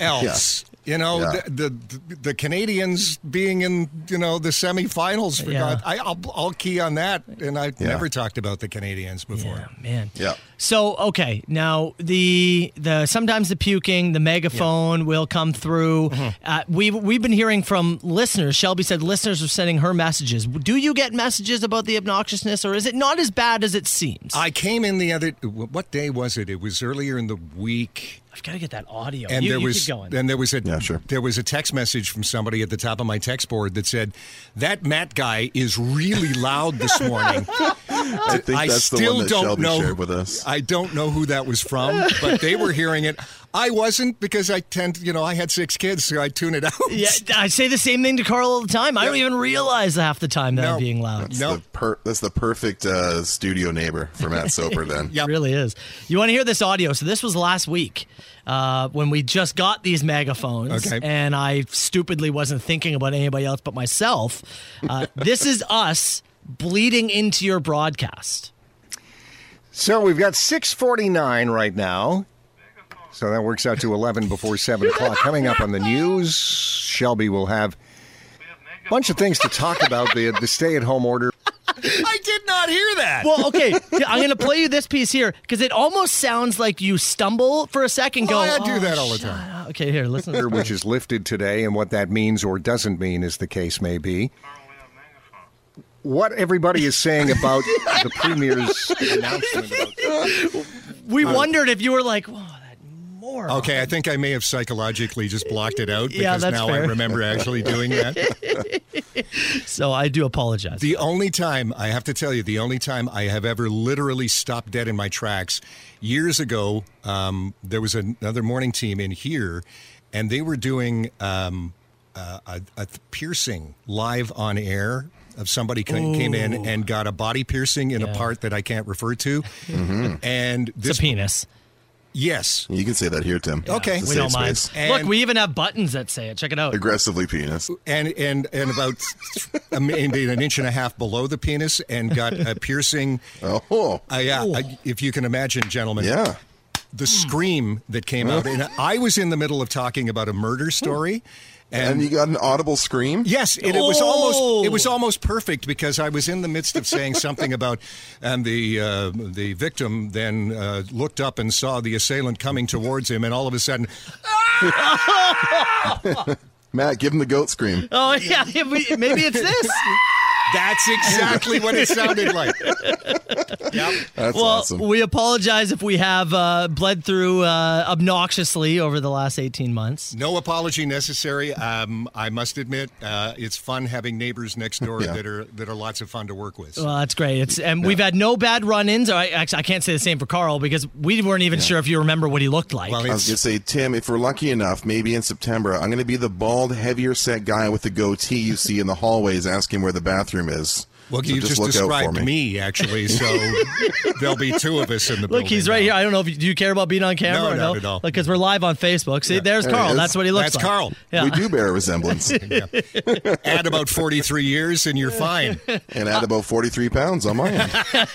Speaker 17: else. You know,
Speaker 6: Yeah.
Speaker 17: the, the the Canadians being in you know the semifinals. For
Speaker 6: Yeah.
Speaker 17: God, I, I'll, I'll key on that, and I've
Speaker 6: Yeah.
Speaker 17: never talked about the Canadians before.
Speaker 6: Oh, man.
Speaker 7: Yeah.
Speaker 6: So okay, now the the sometimes the puking, the megaphone will come through. Uh, we've we've been hearing from listeners. Shelby said listeners are sending her messages. Do you get messages about the obnoxiousness, or is it not as bad as it seems?
Speaker 17: I came in the other. What day was it? It was earlier in the week.
Speaker 6: I've got to get that audio.
Speaker 17: and
Speaker 6: You-
Speaker 17: there
Speaker 6: you
Speaker 17: was
Speaker 6: keep going.
Speaker 17: and there was a there was a text message from somebody at the top of my text board that said that Matt guy is really loud this morning.
Speaker 7: I think that's the
Speaker 17: still
Speaker 7: one that
Speaker 17: don't
Speaker 7: Shelby
Speaker 17: know
Speaker 7: shared with us.
Speaker 17: I don't know who that was from, but they were hearing it. I wasn't because I tend, you know, I had six kids, so I tune it out.
Speaker 6: Yeah, I say the same thing to Carl all the time. I don't even realize half the time that I'm being loud.
Speaker 7: That's the per- that's the perfect uh, studio neighbor for Matt Soper. Then
Speaker 6: It really is. You want to hear this audio? So this was last week uh, when we just got these megaphones,
Speaker 17: Okay.
Speaker 6: and I stupidly wasn't thinking about anybody else but myself. Uh, this is us bleeding into your broadcast.
Speaker 17: So we've got 649 right now. So that works out to 11 before 7 o'clock. Coming up on the news, Shelby will have a bunch of things to talk about the, the stay at home order. I did not hear that.
Speaker 6: Well, okay, I'm going to play you this piece here because it almost sounds like you stumble for a second.
Speaker 17: Oh,
Speaker 6: Go.
Speaker 17: I do that all the time.
Speaker 6: Okay, here, listen. to this.
Speaker 17: Which is lifted today, and what that means or doesn't mean, as the case may be. What everybody is saying about the premier's announcement.
Speaker 6: we wondered if you were like, "Whoa, that moron."
Speaker 17: Okay, I think I may have psychologically just blocked it out because
Speaker 6: Yeah, that's
Speaker 17: now I
Speaker 6: fair.
Speaker 17: remember actually doing that.
Speaker 6: So I do apologize.
Speaker 17: The only time I have to tell you, the only time I have ever literally stopped dead in my tracks, years ago, um, there was another morning team in here, and they were doing um, uh, a, a th- piercing live on air. Of somebody came, came in
Speaker 6: Ooh.
Speaker 17: and got a body piercing in a
Speaker 6: Yeah.
Speaker 17: part that I can't refer to,
Speaker 7: Mhm.
Speaker 17: and this
Speaker 6: penis.
Speaker 17: Yes,
Speaker 7: you can say that here, Tim.
Speaker 17: Okay.
Speaker 7: It's a
Speaker 6: we don't
Speaker 7: safe
Speaker 6: mind.
Speaker 7: space.
Speaker 6: Look, we even have buttons that say it. Check it out.
Speaker 7: aggressively penis.
Speaker 17: and and and about a mi- maybe an inch and a half below the penis, and got a piercing.
Speaker 7: Oh,
Speaker 17: uh, yeah. I- if you can imagine, gentlemen.
Speaker 7: Yeah.
Speaker 17: The scream that came out, and I was in the middle of talking about a murder story, and,
Speaker 7: And you got an audible scream.
Speaker 17: Yes, and it was almost it was
Speaker 7: Oh.
Speaker 17: almost perfect because I was in the midst of saying something about, and the uh, the victim then uh, looked up and saw the assailant coming towards him, and all of a sudden,
Speaker 7: Matt, give him the goat scream.
Speaker 6: Oh yeah, maybe maybe it's this.
Speaker 17: That's exactly what it sounded like.
Speaker 7: That's
Speaker 6: well,
Speaker 7: awesome.
Speaker 6: we apologize if we have uh, bled through uh, obnoxiously over the last 18 months.
Speaker 17: No apology necessary. Um, I must admit, uh, it's fun having neighbors next door that are that are lots of fun to work with.
Speaker 6: Well, that's great. It's and we've had no bad run-ins. Or I, actually, I can't say the same for Carl because we weren't even sure if you remember what he looked like.
Speaker 7: I was gonna say, Tim, if we're lucky enough, maybe in September, I'm gonna be the bald, heavier set guy with the goatee you see in the hallways, asking where the bathroom is.
Speaker 17: Well,
Speaker 7: So
Speaker 17: you just,
Speaker 7: look out for
Speaker 17: described me. actually, so there'll be two of us in the
Speaker 6: Look, he's right here. I don't know if you, do you care about being on
Speaker 17: No,
Speaker 6: camera. or
Speaker 17: not
Speaker 6: no?
Speaker 17: at all.
Speaker 6: Because we're live on Facebook. See, there's
Speaker 17: There he
Speaker 6: Carl.
Speaker 17: is.
Speaker 6: That's what he looks
Speaker 17: That's
Speaker 6: like.
Speaker 17: Carl.
Speaker 6: Yeah.
Speaker 7: We do bear a resemblance,
Speaker 17: Add about forty-three years, and you're fine.
Speaker 7: and add about 43 pounds on my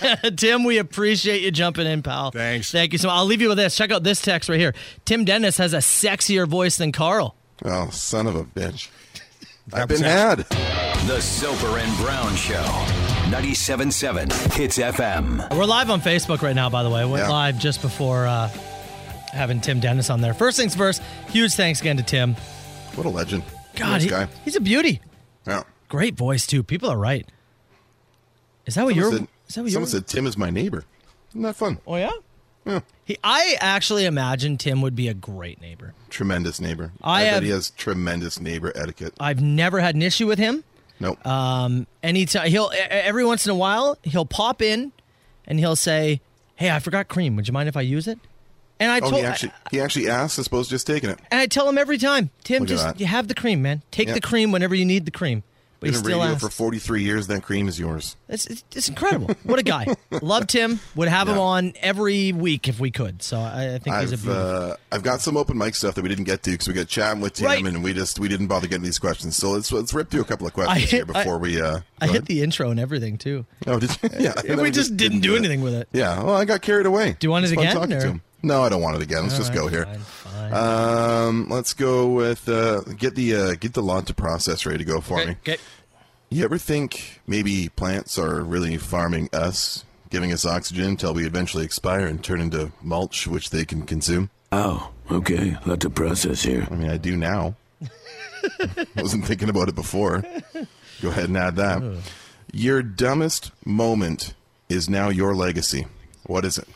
Speaker 7: end.
Speaker 6: Tim, we appreciate you jumping in, pal. Thanks. Thank you so much. I'll leave you with this. Check out this text right here. Tim Dennis has a sexier voice than Carl.
Speaker 7: Oh, son of a bitch!
Speaker 6: That
Speaker 7: I've been
Speaker 6: was
Speaker 7: had.
Speaker 18: The Soper and Brown Show. 97.7 Hits FM.
Speaker 6: We're live on Facebook right now, by the way. Went
Speaker 18: Yeah.
Speaker 6: live just before uh, having Tim Dennis on there. First things first, huge thanks again to Tim.
Speaker 7: What a legend.
Speaker 6: God,
Speaker 7: Nice
Speaker 6: he-
Speaker 7: guy.
Speaker 6: he's a beauty.
Speaker 7: Yeah.
Speaker 6: Great voice, too. People are right. Is that
Speaker 7: Someone
Speaker 6: what you're.
Speaker 7: said-
Speaker 6: is that what
Speaker 7: Someone
Speaker 6: you're.
Speaker 7: said Tim is my neighbor. Isn't that fun?
Speaker 6: Oh, yeah?
Speaker 7: Yeah.
Speaker 6: He, I actually imagine Tim would be a great neighbor.
Speaker 7: Tremendous neighbor.
Speaker 6: I
Speaker 7: bet
Speaker 6: have- Uh,
Speaker 7: he has tremendous neighbor etiquette.
Speaker 6: I've never had an issue with him.
Speaker 7: Nope.
Speaker 6: Um, anytime he'll e- every once in a while he'll pop in, and he'll say, "Hey, I forgot cream. Would you mind if I use it?" And I
Speaker 7: oh,
Speaker 6: told
Speaker 7: he actually he actually asked. I suppose just taking it.
Speaker 6: and I tell him every time, Tim,
Speaker 7: Look at
Speaker 6: just
Speaker 7: that.
Speaker 6: you have the cream, man. Take
Speaker 7: Yeah.
Speaker 6: the cream whenever you need the cream. But he
Speaker 7: Been in
Speaker 6: still
Speaker 7: radio
Speaker 6: asked.
Speaker 7: for 43 years. That cream is yours.
Speaker 6: It's, it's, it's incredible. What a guy. Loved him. Would have him
Speaker 7: Yeah.
Speaker 6: on every week if we could. So I, I think he's a
Speaker 7: I've
Speaker 6: beauty.
Speaker 7: uh, I've got some open mic stuff that we didn't get to because we got chatting with Tim
Speaker 6: Right.
Speaker 7: and we just we didn't bother getting these questions. So let's let's rip through a couple of
Speaker 6: I
Speaker 7: questions
Speaker 6: hit-
Speaker 7: here before
Speaker 6: I-
Speaker 7: we. Uh,
Speaker 6: I hit the intro and everything too.
Speaker 7: oh, did you? yeah,
Speaker 6: we,
Speaker 7: and then
Speaker 6: just, didn't do anything with it.
Speaker 7: Yeah, well, I got carried away. Do
Speaker 6: you want it again,
Speaker 7: Talking
Speaker 6: or-
Speaker 7: to him. No, I don't want it again. Let's
Speaker 6: All
Speaker 7: just
Speaker 6: right,
Speaker 7: go here. Um, let's go with uh, get the uh, get the Lanta process ready to go for me.
Speaker 6: Okay.
Speaker 7: You ever think maybe plants are really farming us, giving us oxygen until we eventually expire and turn into mulch, which they can consume?
Speaker 9: Oh, okay. Let the process here.
Speaker 7: I mean, I do now. Wasn't thinking about it before. Go ahead and add that. Your dumbest moment is now your legacy. What is it?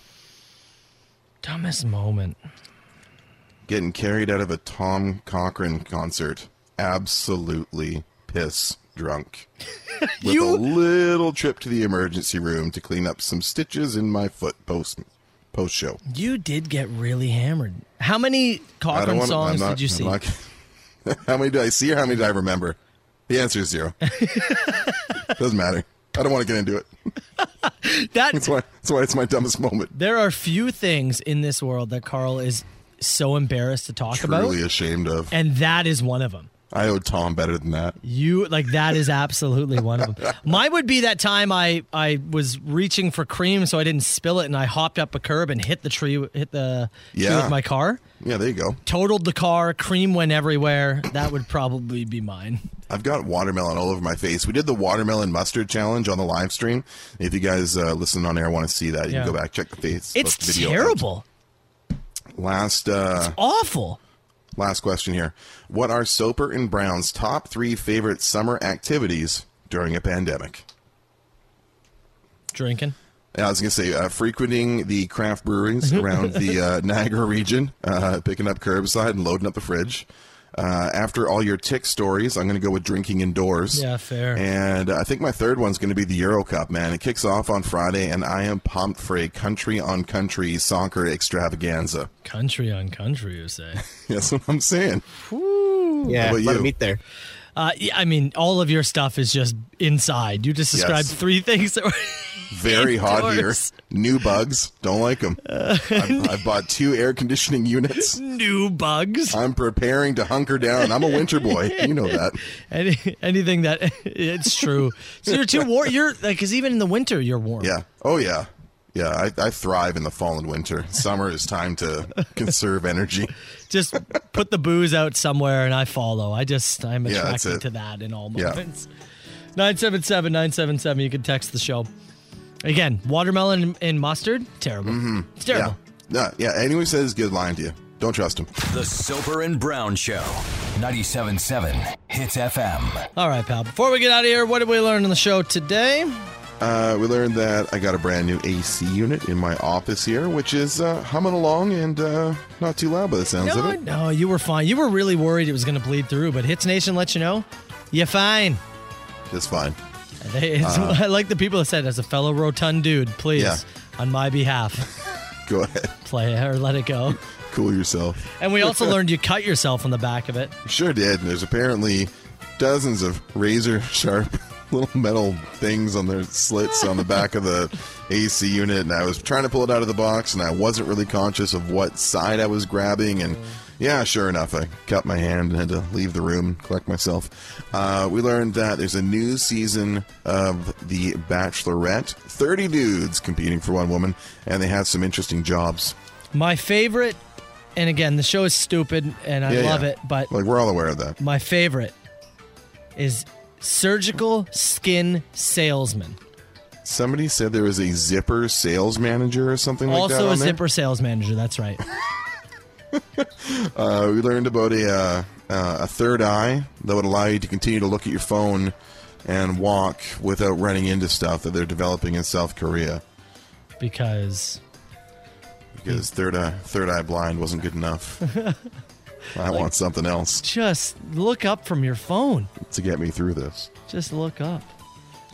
Speaker 6: Dumbest moment.
Speaker 7: Getting carried out of a Tom Cochran concert. Absolutely piss drunk. With a little trip to the emergency room to clean up some stitches in my foot post post show.
Speaker 6: You did get really hammered. How many
Speaker 7: I don't
Speaker 6: Cochran
Speaker 7: wanna- I'm
Speaker 6: songs
Speaker 7: not-
Speaker 6: did you
Speaker 7: I'm
Speaker 6: see?
Speaker 7: not- how many do I see or how many do I remember? The answer is zero. Doesn't matter. I don't want to get into it.
Speaker 6: That-
Speaker 7: that's why that's why it's my dumbest moment.
Speaker 6: There are few things in this world that Carl is so embarrassed to talk about,
Speaker 7: Truly ashamed of.
Speaker 6: and that is one of them.
Speaker 7: I owe Tom better than that.
Speaker 6: You like that is absolutely one of them. Mine would be that time I I was reaching for cream, so I didn't spill it, and I hopped up a curb and hit the tree, hit the tree
Speaker 7: Yeah.
Speaker 6: with my car,
Speaker 7: Yeah, there you go.
Speaker 6: totaled the car, cream went everywhere. That would probably be mine.
Speaker 7: I've got watermelon all over my face. We did the watermelon mustard challenge on the live stream. If you guys uh, listen on air want to see that, you
Speaker 6: Yeah.
Speaker 7: can go back check the face.
Speaker 6: It's
Speaker 7: video out.
Speaker 6: terrible,
Speaker 7: Last uh,
Speaker 6: awful.
Speaker 7: last question here. What are Soper and Brown's top three favorite summer activities during a pandemic?
Speaker 6: Drinking.
Speaker 7: Yeah, I was gonna say uh, frequenting the craft breweries around the uh, Niagara region, uh, picking up curbside and loading up the fridge. Uh, after all your tick stories, I'm gonna go with drinking indoors.
Speaker 6: Yeah, fair.
Speaker 7: And I think my third one's gonna be the Euro Cup. Man, it kicks off on Friday, and I am pumped for a country on country soccer extravaganza.
Speaker 6: Country on country, you say.
Speaker 7: That's what I'm saying.
Speaker 6: Yeah,
Speaker 7: How about
Speaker 6: let
Speaker 7: you?
Speaker 6: him eat
Speaker 19: there.
Speaker 6: Uh, yeah, I mean, all of your stuff is just inside. You just described
Speaker 7: Yes.
Speaker 6: three things that were
Speaker 7: Very hot here.
Speaker 6: indoors.
Speaker 7: New bugs. Don't like them. I, I bought two air conditioning units.
Speaker 6: New bugs.
Speaker 7: I'm preparing to hunker down. I'm a winter boy. You know that.
Speaker 6: Any, anything that it's true. So you're too warm. You're like, because even in the winter, you're warm.
Speaker 7: Yeah. Oh, yeah. Yeah. I, I thrive in the fall and winter. Summer is time to conserve energy.
Speaker 6: Just put the booze out somewhere and I follow. I just, I'm
Speaker 7: Yeah, that's
Speaker 6: attracted
Speaker 7: it.
Speaker 6: to that in all
Speaker 7: Yeah.
Speaker 6: moments. 977 977. You can text the show. Again, watermelon and mustard. Terrible.
Speaker 7: Mm-hmm.
Speaker 6: It's terrible.
Speaker 7: Yeah. Yeah. yeah. Anyone who says good lying to you. Don't trust him.
Speaker 18: The Soper and Brown Show. 97.7 Hits FM.
Speaker 6: All right, pal. Before we get out of here, what did we learn on the show today?
Speaker 7: Uh, we learned that I got a brand new AC unit in my office here, which is uh, humming along and uh, not too loud by the sounds of
Speaker 6: No,
Speaker 7: it.
Speaker 6: no, you were fine. You were really worried it was going to bleed through, but Hits Nation let you know you're fine.
Speaker 7: Just fine.
Speaker 6: They, it's,
Speaker 7: Uh,
Speaker 6: I like the people that said, as a fellow rotund dude, please,
Speaker 7: Yeah.
Speaker 6: on my behalf,
Speaker 7: Go ahead.
Speaker 6: play it or let it go.
Speaker 7: Cool yourself.
Speaker 6: And we also learned you cut yourself on the back of it.
Speaker 7: Sure did. And there's apparently dozens of razor sharp little metal things on their slits on the back of the AC unit. And I was trying to pull it out of the box and I wasn't really conscious of what side I was grabbing. And yeah, sure enough, I cut my hand and had to leave the room, collect myself. Uh, we learned that there's a new season of The Bachelorette 30 dudes competing for one woman, and they have some interesting jobs.
Speaker 6: My favorite, and again, the show is stupid and I
Speaker 7: Yeah,
Speaker 6: love
Speaker 7: yeah.
Speaker 6: it, but
Speaker 7: Like, we're all aware of that.
Speaker 6: my favorite is surgical skin salesman.
Speaker 7: Somebody said there was a zipper sales manager or something like that.
Speaker 6: also
Speaker 7: on
Speaker 6: a
Speaker 7: there.
Speaker 6: zipper sales manager. That's right.
Speaker 7: Uh, we learned about a uh, uh, a third eye that would allow you to continue to look at your phone and walk without running into stuff that they're developing in South Korea
Speaker 6: because
Speaker 7: because third eye third eye blind wasn't good enough. I want something else
Speaker 6: just look up from your phone.
Speaker 7: to get me through this.
Speaker 6: Just look up.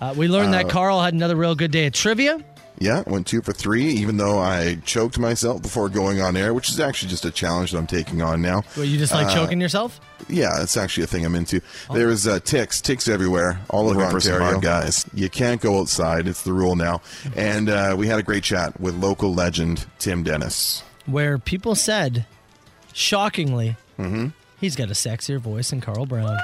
Speaker 6: Uh, we learned that
Speaker 7: Uh,
Speaker 6: Carl had another real good day at trivia.
Speaker 7: Yeah, went two for three, even though I choked myself before going on air, which is actually just a challenge that I'm taking on now.
Speaker 6: Wait, you just like
Speaker 7: Uh,
Speaker 6: choking yourself?
Speaker 7: Yeah, it's actually a thing I'm into. There is uh, ticks, ticks everywhere, all over
Speaker 6: Looking for some
Speaker 7: Ontario,
Speaker 6: hard
Speaker 7: guys. You can't go outside; it's the rule now. And uh, we had a great chat with local legend Tim Dennis.
Speaker 6: Where people said, shockingly,
Speaker 7: hmm
Speaker 6: he's got a sexier voice than Carl Brown.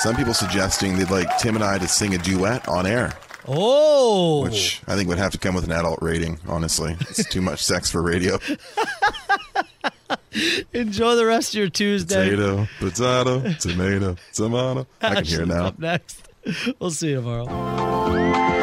Speaker 7: Some people suggesting they'd like Tim and I to sing a duet on air.
Speaker 6: Oh,
Speaker 7: which I think would have to come with an adult rating. Honestly, it's too much sex for radio.
Speaker 6: Enjoy the rest of your Tuesday.
Speaker 7: Potato, potato, tomato, tomato. I can hear it
Speaker 6: Ashley's
Speaker 7: now.
Speaker 6: Up next. We'll see you tomorrow.